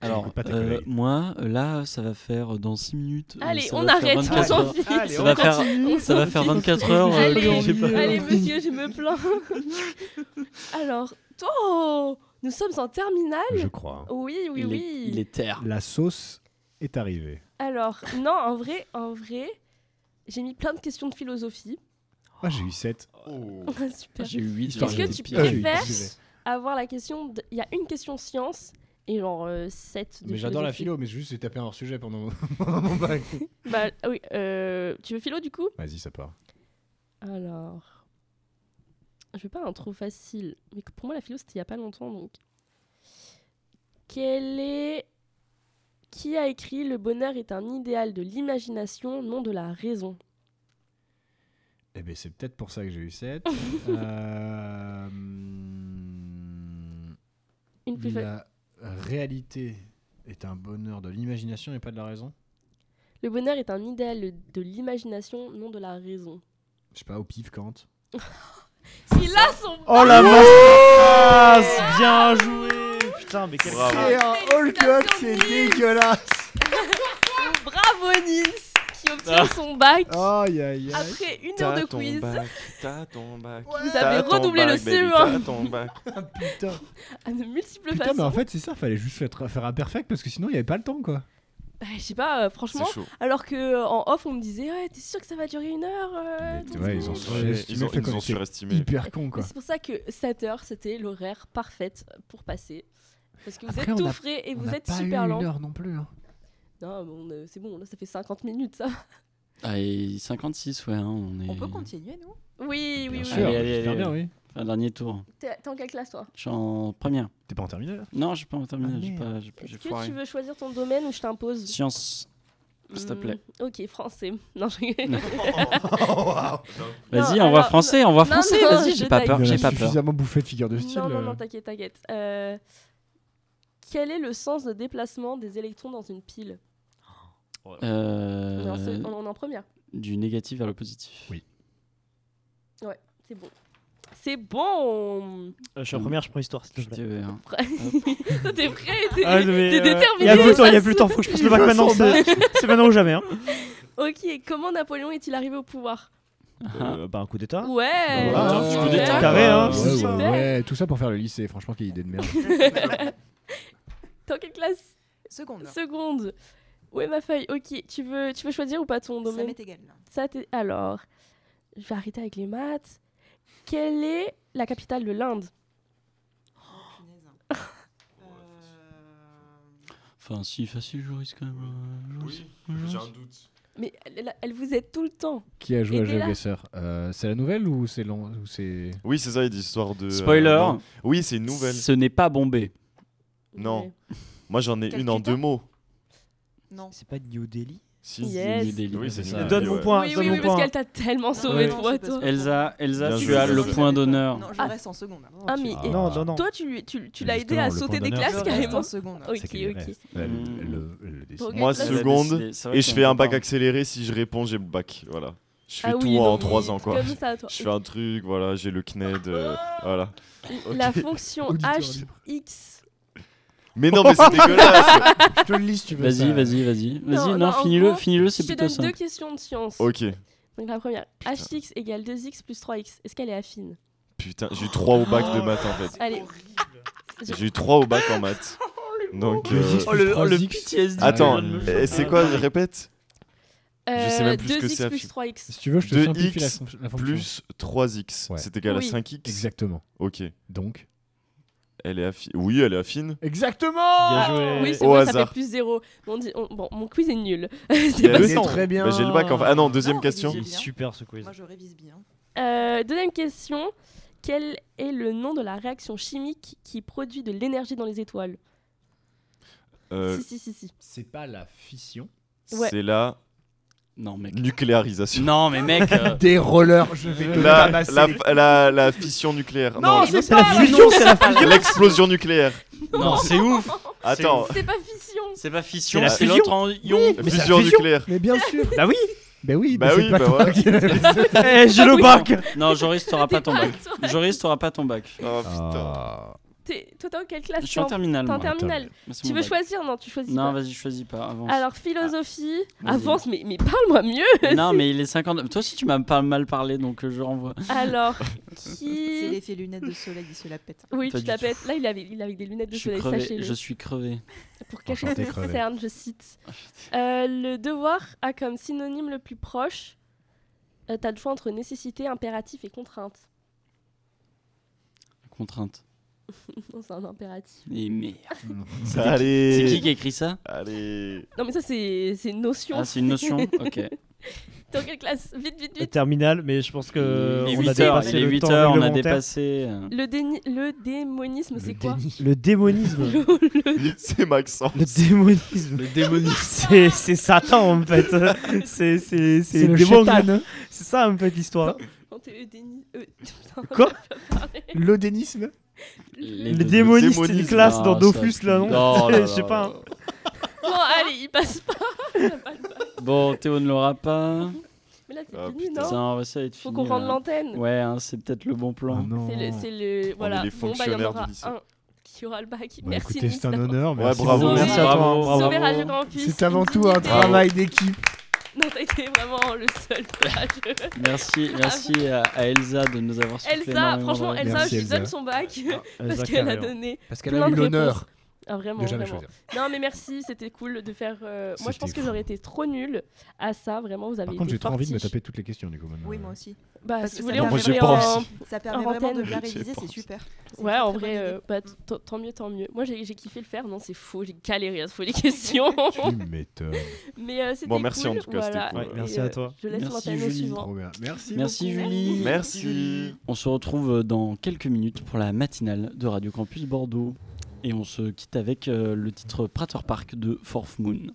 Speaker 3: Alors,
Speaker 8: n'écoutes pas tes
Speaker 3: euh,
Speaker 8: collègues.
Speaker 3: moi, euh, là, ça va faire euh, dans 6 minutes. euh,
Speaker 6: Allez,
Speaker 3: ça
Speaker 6: on
Speaker 3: va faire
Speaker 6: arrête, on
Speaker 3: 24
Speaker 6: s'en
Speaker 3: heures.
Speaker 6: fiche.
Speaker 3: Ça va faire, ça va faire 24 heures. euh,
Speaker 6: Allez,
Speaker 3: que j'ai pas-
Speaker 6: Allez, monsieur, je me plains. Alors, toi, oh, nous sommes en terminale.
Speaker 8: Je crois.
Speaker 6: Oui, oui,
Speaker 3: il,
Speaker 6: oui.
Speaker 3: est, il est terre.
Speaker 8: La sauce est arrivée.
Speaker 6: Alors, non, en vrai, en vrai, j'ai mis plein de questions de philosophie.
Speaker 8: Ah, j'ai eu 7.
Speaker 6: Oh,
Speaker 8: Ah,
Speaker 6: Super.
Speaker 3: J'ai eu 8.
Speaker 8: Histoire
Speaker 6: Est-ce que tu
Speaker 8: Ah, j'ai eu
Speaker 6: préfères
Speaker 8: 19.
Speaker 6: avoir la question. de- Il y a une question science et genre 7 de
Speaker 8: Mais j'adore la
Speaker 6: philosophie.
Speaker 8: philo, mais juste j'ai tapé un hors sujet pendant mon- pendant mon bac.
Speaker 6: Bah oui, euh, tu veux philo du coup
Speaker 8: Vas-y, ça part.
Speaker 6: Alors. Je veux pas un trop facile. Mais que- pour moi, la philo, c'était il y a pas longtemps donc. Quel est. Qui a écrit Le bonheur est un idéal de l'imagination, non de la raison
Speaker 8: Eh ben, c'est peut-être pour ça que j'ai eu 7. euh... hmm,
Speaker 6: Une plus fa-
Speaker 8: La réalité est un bonheur de l'imagination et pas de la raison.
Speaker 6: Le bonheur est un idéal de- de l'imagination, non de la raison.
Speaker 8: Je sais pas, au pif, Kant.
Speaker 6: Il a son
Speaker 7: Oh la masse Bien joué Eh, Putain, mais quel
Speaker 5: Bravo.
Speaker 7: crack.
Speaker 8: un
Speaker 5: oh,
Speaker 6: all cut, c'est
Speaker 8: dégueulasse
Speaker 6: Bravo Nils qui obtient son bac
Speaker 8: Aïe, aïe, aïe.
Speaker 6: après une heure
Speaker 5: Ah. Oh, T'as
Speaker 6: de
Speaker 5: ton
Speaker 6: quiz.
Speaker 5: bac, t'as ton bac.
Speaker 6: Vous
Speaker 5: t'as
Speaker 6: avez
Speaker 5: ton
Speaker 6: redoublé le E
Speaker 5: bac, baby,
Speaker 6: CE1
Speaker 5: T'as ton bac.
Speaker 6: Ah,
Speaker 8: Putain.
Speaker 6: à de multiples
Speaker 8: Putain, mais
Speaker 6: façons.
Speaker 8: en fait, c'est ça, fallait juste faire, faire un perfect parce que sinon, il n'y avait pas le temps, quoi.
Speaker 6: Bah, je sais pas, euh,
Speaker 5: C'est
Speaker 6: franchement,
Speaker 5: chaud.
Speaker 6: alors que euh, en off on me disait ouais t'es sûr que ça va durer une heure. euh, ton
Speaker 8: ouais, ils
Speaker 6: truc
Speaker 8: ont
Speaker 5: Ouais,
Speaker 8: surestimé
Speaker 5: ils ont-
Speaker 8: le fait
Speaker 5: ils
Speaker 8: qu'on
Speaker 5: ont
Speaker 8: était
Speaker 5: surestimé.
Speaker 8: Hyper con,
Speaker 6: Mais
Speaker 8: quoi.
Speaker 6: c'est pour ça que 7 heures c'était l'horaire parfaite pour passer. Parce que vous
Speaker 8: Après,
Speaker 6: êtes
Speaker 8: on
Speaker 6: tout
Speaker 8: a-
Speaker 6: frais et
Speaker 8: On
Speaker 6: vous
Speaker 8: n'a
Speaker 6: êtes
Speaker 8: pas
Speaker 6: super
Speaker 8: eu
Speaker 6: lent.
Speaker 8: une heure non plus. hein.
Speaker 6: Non, bon, euh, c'est bon, là ça fait 50 minutes ça.
Speaker 3: Ah, et 56, ouais. hein, on est...
Speaker 2: On peut continuer, nous
Speaker 6: Oui,
Speaker 8: Bien
Speaker 6: oui, oui.
Speaker 8: sûr,
Speaker 3: Allez, allez,
Speaker 8: j'espère
Speaker 3: allez.
Speaker 8: bien, oui.
Speaker 3: Enfin, dernier tour.
Speaker 6: T'es t'es en quelle classe toi
Speaker 3: Je suis en première.
Speaker 8: T'es pas en terminale
Speaker 3: Non, je pas terminé.
Speaker 8: Ah,
Speaker 3: j'ai
Speaker 8: merde.
Speaker 3: pas, j'ai pas-
Speaker 6: Est-ce
Speaker 3: j'ai
Speaker 6: que
Speaker 3: foiré.
Speaker 6: tu veux choisir ton domaine ou je t'impose
Speaker 3: Science. S'il te
Speaker 6: Hmm,
Speaker 3: plaît.
Speaker 6: Ok, français. Non, je rigole.
Speaker 3: Vas-y,
Speaker 6: Non,
Speaker 3: envoie
Speaker 6: alors,
Speaker 3: français, envoie
Speaker 6: non,
Speaker 3: français.
Speaker 6: non,
Speaker 3: Vas-y,
Speaker 6: je
Speaker 3: j'ai pas
Speaker 6: taille.
Speaker 3: peur,
Speaker 8: Il y en
Speaker 3: j'ai
Speaker 8: a
Speaker 3: pas peur.
Speaker 8: suffisamment bouffé de figures de style.
Speaker 6: Non, non, non,
Speaker 8: euh.
Speaker 6: t'inquiète, t'inquiète. Euh, quel est le sens de déplacement des électrons dans une pile
Speaker 3: Euh,
Speaker 6: on, est en
Speaker 8: Euh.
Speaker 6: se- on est en première.
Speaker 3: Du négatif vers le positif.
Speaker 8: Oui.
Speaker 6: C'est bon. C'est bon
Speaker 7: Euh, Je suis en première, je prends histoire, s'il te plaît.
Speaker 3: J'étais, hein.
Speaker 8: Ah.
Speaker 6: Toi, T'es prêt T'es
Speaker 7: Ah, mais,
Speaker 6: t'es
Speaker 7: euh,
Speaker 6: déterminé
Speaker 7: y a plus le temps,
Speaker 6: ça
Speaker 7: y a plus le temps, faut que je passe le bac maintenant. C'est c'est maintenant ou jamais. Hein.
Speaker 6: Ok, comment Napoléon est-il arrivé au pouvoir
Speaker 3: hein.
Speaker 7: Euh, bah, un coup d'état.
Speaker 6: Ouais
Speaker 5: Bah,
Speaker 6: super.
Speaker 5: voilà,
Speaker 8: Ah, tu
Speaker 5: peux détailler.
Speaker 7: Ah, Carré, hein.
Speaker 8: Ouais, ouais,
Speaker 6: Super.
Speaker 8: ouais, tout ça pour faire le lycée, franchement, quelle idée de merde.
Speaker 6: T'es en quelle classe
Speaker 2: Seconde.
Speaker 6: Seconde. Où est ma feuille Ok, tu veux, tu veux choisir ou pas ton
Speaker 2: Ça
Speaker 6: domaine
Speaker 2: m'est égal. là.
Speaker 6: Ça t'est- Alors, je vais arrêter avec les maths. Quelle est la capitale de l'Inde
Speaker 2: Oh,
Speaker 5: Oh,
Speaker 2: Euh,
Speaker 3: Enfin, si, facile, je risque quand même. euh, je risque.
Speaker 5: j'ai un doute.
Speaker 6: Mais elle, elle vous aide tout le temps.
Speaker 9: Qui a joué
Speaker 6: Et
Speaker 9: à
Speaker 6: t'es là.
Speaker 9: GeoGuessr Euh, C'est la nouvelle ou c'est long ou c'est
Speaker 5: Oui, c'est ça, il dit histoire de. euh,
Speaker 3: Spoiler,
Speaker 5: non. oui, c'est une nouvelle.
Speaker 3: ce n'est pas bombé.
Speaker 5: Non.
Speaker 6: Ouais.
Speaker 5: Moi, j'en ai une en
Speaker 6: Calcutta
Speaker 5: deux mots.
Speaker 2: Non.
Speaker 10: C'est pas New Delhi
Speaker 5: Si.
Speaker 6: Yes.
Speaker 3: New Delhi,
Speaker 5: Oui, c'est
Speaker 3: c'est
Speaker 5: New
Speaker 3: ça.
Speaker 5: Delhi,
Speaker 7: Donne
Speaker 5: ouais.
Speaker 7: mon point,
Speaker 6: oui,
Speaker 7: donne
Speaker 6: oui,
Speaker 7: mon
Speaker 6: oui, parce
Speaker 7: point.
Speaker 6: qu'elle t'a tellement sauvé de
Speaker 2: non,
Speaker 6: fois,
Speaker 2: c'est pas
Speaker 6: toi.
Speaker 2: ça.
Speaker 3: Elsa, Elsa,
Speaker 5: Bien
Speaker 3: tu
Speaker 5: joué.
Speaker 3: as
Speaker 5: Si, si,
Speaker 3: le
Speaker 5: si,
Speaker 3: point
Speaker 2: j'avais pas.
Speaker 3: d'honneur.
Speaker 2: Non, je
Speaker 6: Ah.
Speaker 2: reste en seconde. hein.
Speaker 6: Ah, mais et-
Speaker 7: Non, non, non.
Speaker 6: toi, tu, lui- tu, tu l'as aidé
Speaker 9: Justement,
Speaker 6: à
Speaker 9: le
Speaker 6: sauter
Speaker 9: point
Speaker 6: des
Speaker 9: d'honneur.
Speaker 2: Je
Speaker 6: classes
Speaker 2: reste
Speaker 6: carrément.
Speaker 2: en seconde.
Speaker 6: Ok,
Speaker 9: c'est qu'il
Speaker 6: ok.
Speaker 9: reste. Elle-
Speaker 3: Mm.
Speaker 9: elle
Speaker 7: Mmh.
Speaker 9: le- elle le décide.
Speaker 6: Ok.
Speaker 5: Moi,
Speaker 6: Là,
Speaker 3: Elle a
Speaker 5: seconde,
Speaker 3: décidé. C'est vrai
Speaker 5: et je
Speaker 3: qu'on
Speaker 5: fais un
Speaker 3: peut pas.
Speaker 5: bac accéléré. Si je réponds, j'ai le bac. Voilà. Je fais
Speaker 6: Ah
Speaker 5: tout
Speaker 6: oui,
Speaker 5: en
Speaker 6: donc,
Speaker 5: trois ans, quoi.
Speaker 6: Comme ça, toi.
Speaker 5: Je fais un truc, voilà, j'ai le CNED. euh, voilà.
Speaker 6: La fonction h x.
Speaker 5: Mais non, mais c'est dégueulasse.
Speaker 8: Je te le lis si tu veux.
Speaker 3: Vas-y,
Speaker 8: ça.
Speaker 3: vas-y, vas-y.
Speaker 6: Non,
Speaker 3: Vas-y, non,
Speaker 6: non, en
Speaker 3: finis-le,
Speaker 6: gros,
Speaker 3: finis-le,
Speaker 6: Je
Speaker 3: c'est
Speaker 6: te
Speaker 3: plutôt
Speaker 6: donne deux
Speaker 3: simple.
Speaker 6: questions de science.
Speaker 5: Ok.
Speaker 6: Donc la première, hx égale 2x plus 3x. Est-ce qu'elle est affine
Speaker 5: Putain, j'ai eu 3 au bac de maths en fait.
Speaker 6: Allez,
Speaker 5: J'ai eu 3 au bac en maths. Donc. euh,
Speaker 8: Vas-y, explique.
Speaker 3: Oh, le,
Speaker 8: Trois X.
Speaker 3: PTSD.
Speaker 5: Attends,
Speaker 9: Ah,
Speaker 5: euh, c'est quoi Je répète
Speaker 6: euh,
Speaker 5: sais même plus ce que
Speaker 6: 2x
Speaker 5: c'est
Speaker 6: plus
Speaker 5: affine.
Speaker 6: 3x.
Speaker 9: Si tu veux, je te
Speaker 5: Deux
Speaker 9: simplifie la,
Speaker 5: X
Speaker 9: fon- la fonction.
Speaker 5: Plus 3x.
Speaker 9: Ouais.
Speaker 5: C'est égal à
Speaker 6: Oui.
Speaker 5: 5x.
Speaker 9: Exactement.
Speaker 5: Ok.
Speaker 9: Donc.
Speaker 5: Elle est affine. Oui, elle est affine.
Speaker 8: Exactement
Speaker 7: Bien
Speaker 6: Ah,
Speaker 7: joué.
Speaker 6: oui, c'est
Speaker 5: Au
Speaker 6: bon, ça
Speaker 5: hasard.
Speaker 6: fait plus 0. Bon, mon quiz est nul.
Speaker 5: Il
Speaker 6: c'est
Speaker 5: y a
Speaker 6: pas
Speaker 5: le
Speaker 8: C'est
Speaker 5: temps.
Speaker 8: très bien.
Speaker 5: Bah, j'ai le bac en fait. Ah non, deuxième
Speaker 2: Non,
Speaker 5: question.
Speaker 2: Olivier.
Speaker 7: Il est super ce quiz.
Speaker 2: Moi, je révise bien.
Speaker 6: Euh, deuxième question. Quel est le nom de la réaction chimique qui produit de l'énergie dans les étoiles
Speaker 5: Euh,
Speaker 6: Si, si, si, si.
Speaker 9: C'est pas la fission.
Speaker 6: Ouais.
Speaker 5: C'est la
Speaker 3: Non, mec.
Speaker 5: nucléarisation.
Speaker 3: Non, mais mec. euh,
Speaker 8: Des rollers, je vais te
Speaker 5: La,
Speaker 8: ramasser.
Speaker 5: la, la- la fission nucléaire. Non,
Speaker 7: c'est
Speaker 3: Ah,
Speaker 7: la fusion, c'est la fusion.
Speaker 5: l'explosion nucléaire.
Speaker 3: non, c'est ouf.
Speaker 5: Attends,
Speaker 6: C'est pas fission
Speaker 3: C'est pas fission,
Speaker 7: C'est la
Speaker 3: c'est
Speaker 7: fusion.
Speaker 3: l'autre en ion.
Speaker 7: mais c'est la
Speaker 5: fusion
Speaker 7: fusion.
Speaker 5: nucléaire.
Speaker 8: Mais bien sûr.
Speaker 7: Bah oui.
Speaker 8: Bah oui,
Speaker 5: Bah
Speaker 8: mais
Speaker 5: oui,
Speaker 8: c'est pas
Speaker 5: bah
Speaker 8: toi
Speaker 5: voilà.
Speaker 8: qui l'avais dit.
Speaker 7: Eh, j'ai le bac.
Speaker 3: Non, Joris, t'auras pas ton bac. Joris, t'auras pas ton bac.
Speaker 5: Oh putain.
Speaker 7: Ah.
Speaker 6: T'es- Toi, t'es en quelle classe
Speaker 3: Je suis en
Speaker 6: T'es en-
Speaker 3: terminale.
Speaker 6: t'es en
Speaker 3: moi.
Speaker 6: terminale.
Speaker 3: Mais c'est
Speaker 6: Tu
Speaker 3: mon
Speaker 6: veux
Speaker 3: bac.
Speaker 6: choisir Non, tu choisis
Speaker 3: Non,
Speaker 6: pas.
Speaker 3: vas-y, choisis pas. Avance.
Speaker 6: Alors, philosophie,
Speaker 3: Ah, vas-y.
Speaker 6: avance, mais, mais parle-moi mieux
Speaker 3: non, mais il est 50. Toi aussi, tu m'as pas mal parlé, donc euh, je renvoie.
Speaker 6: Alors,
Speaker 2: C'est
Speaker 6: qui...
Speaker 2: l'effet lunettes de soleil, il se la pète.
Speaker 6: Oui,
Speaker 3: Pas
Speaker 6: tu
Speaker 3: du
Speaker 6: t'appelles. Là, il avait, il avait des lunettes de
Speaker 3: Je suis
Speaker 6: soleil,
Speaker 3: crevé. Je
Speaker 6: sachez-le.
Speaker 3: suis crevé.
Speaker 6: Pour cacher
Speaker 9: Enchanté,
Speaker 6: ses
Speaker 9: crevé.
Speaker 6: cernes, je cite. Euh, le devoir a comme synonyme le plus proche. euh, T'as le choix entre nécessité, impératif et contrainte.
Speaker 3: Contrainte.
Speaker 6: Non, c'est un impératif.
Speaker 3: Et merde.
Speaker 8: Ah,
Speaker 3: C'est qui
Speaker 5: Allez.
Speaker 3: qui a écrit ça
Speaker 5: Allez.
Speaker 6: Non, mais ça, c'est c'est une notion.
Speaker 3: Ah, c'est une notion Ok.
Speaker 6: T'es en quelle classe Vite, vite,
Speaker 7: La
Speaker 6: vite.
Speaker 7: terminale, mais je pense que
Speaker 3: Il est
Speaker 7: Euh, on a
Speaker 3: 8 heures,
Speaker 7: dépassé
Speaker 3: il est
Speaker 7: le
Speaker 3: 8
Speaker 7: temps
Speaker 3: heures, on a
Speaker 7: réglementaire.
Speaker 3: dépassé. euh,
Speaker 6: Le, déni- le démonisme, c'est quoi
Speaker 7: Le démonisme.
Speaker 5: C'est Maxence.
Speaker 7: Le démonisme. Le démonisme. C'est, c'est Satan en fait. C'est, c'est, c'est,
Speaker 8: C'est le
Speaker 7: démon.
Speaker 8: chétan. hein.
Speaker 7: C'est ça en fait l'histoire.
Speaker 6: Quand t'es eudéni- eu- Putain,
Speaker 7: Quoi
Speaker 6: je peux pas parler.
Speaker 8: L'odénisme
Speaker 3: les
Speaker 7: Le
Speaker 3: deux-
Speaker 7: démoniste, c'est une
Speaker 5: démonisme.
Speaker 7: classe dans
Speaker 3: Ah,
Speaker 7: Dofus
Speaker 3: ça,
Speaker 7: là, non,
Speaker 3: non, non,
Speaker 7: Je sais
Speaker 3: non,
Speaker 7: pas.
Speaker 3: non.
Speaker 7: hein.
Speaker 6: Bon, allez, il passe pas. Il a pas le bac.
Speaker 3: Bon, Théo ne l'aura pas.
Speaker 6: Mais là, c'est
Speaker 5: Ah,
Speaker 6: fini,
Speaker 5: putain.
Speaker 6: non
Speaker 3: Ça, on va ça va être
Speaker 6: Faut
Speaker 3: fini.
Speaker 6: qu'on rende
Speaker 3: là.
Speaker 6: l'antenne.
Speaker 3: Ouais, hein, c'est peut-être le bon
Speaker 8: Oh
Speaker 9: Ah
Speaker 3: plan.
Speaker 9: non.
Speaker 6: C'est le, c'est le- voilà.
Speaker 5: les
Speaker 6: Bon, bah, il y en
Speaker 5: fonctionnaires
Speaker 6: aura
Speaker 5: du lycée.
Speaker 6: un qui aura le bac.
Speaker 8: Bah,
Speaker 6: merci.
Speaker 8: Écoutez, c'est un
Speaker 6: Nicolas.
Speaker 8: honneur. merci
Speaker 5: bravo,
Speaker 8: beaucoup.
Speaker 7: Merci à toi. hein,
Speaker 3: Bravo.
Speaker 7: bravo.
Speaker 6: Sauver Radio Campus.
Speaker 8: C'est avant tout un
Speaker 5: Bravo.
Speaker 8: travail d'équipe.
Speaker 6: Non, t'as été vraiment le seul courageux.
Speaker 3: Merci, merci à, à Elsa de nous avoir soufflé
Speaker 6: Elsa,
Speaker 3: énormément
Speaker 6: franchement,
Speaker 3: de-
Speaker 6: Elsa,
Speaker 8: Merci,
Speaker 6: je lui donne
Speaker 8: Elsa.
Speaker 6: son bac parce
Speaker 7: Elsa
Speaker 6: qu'elle a
Speaker 7: Carrère.
Speaker 6: donné.
Speaker 10: Parce qu'elle
Speaker 6: plein
Speaker 10: a
Speaker 6: de
Speaker 10: eu
Speaker 6: réponses.
Speaker 10: l'honneur
Speaker 6: Ah, vraiment,
Speaker 9: De jamais
Speaker 6: vraiment.
Speaker 9: choisir.
Speaker 6: Non, mais merci, c'était cool de faire. euh, Moi, je pense
Speaker 9: C'était
Speaker 6: que j'aurais été trop nulle à ça. Vraiment, vous avez
Speaker 9: Par contre,
Speaker 6: été
Speaker 9: j'ai trop envie de me
Speaker 6: fortiche.
Speaker 9: taper toutes les questions du coup maintenant.
Speaker 2: Oui, moi aussi.
Speaker 6: Bah,
Speaker 2: Parce
Speaker 6: si
Speaker 2: que
Speaker 6: vous
Speaker 2: ça
Speaker 6: voulez, on
Speaker 5: Moi, j'ai
Speaker 6: fait
Speaker 5: pas
Speaker 6: un.
Speaker 5: envie.
Speaker 2: Ça permet vraiment de
Speaker 6: antenne.
Speaker 2: bien
Speaker 5: Je sais
Speaker 2: réviser,
Speaker 5: pas.
Speaker 2: c'est super. C'est
Speaker 6: Ouais,
Speaker 2: une
Speaker 6: en
Speaker 2: très
Speaker 6: vrai,
Speaker 2: bonne idée.
Speaker 6: euh, bah, tant- tant mieux, tant mieux. Moi, j'ai j'ai kiffé le faire. Non, c'est faux, j'ai galéré à se poser les questions.
Speaker 2: Oh.
Speaker 9: Tu m'étonnes.
Speaker 6: Mais euh, c'était
Speaker 5: Bon, merci,
Speaker 6: cool,
Speaker 5: en tout cas, c'était
Speaker 6: voilà.
Speaker 5: cool. Ouais,
Speaker 6: Et,
Speaker 7: merci
Speaker 6: euh,
Speaker 7: à toi.
Speaker 6: Je laisse
Speaker 3: Merci,
Speaker 6: l'antenne au
Speaker 3: Julie.
Speaker 6: suivant.
Speaker 8: Trop bien. Merci.
Speaker 3: Merci
Speaker 8: beaucoup.
Speaker 3: Julie.
Speaker 5: Merci.
Speaker 3: On se retrouve dans quelques minutes pour la matinale de Radio Campus Bordeaux. Et on se quitte avec euh, le titre Prater Park de Forth Moon.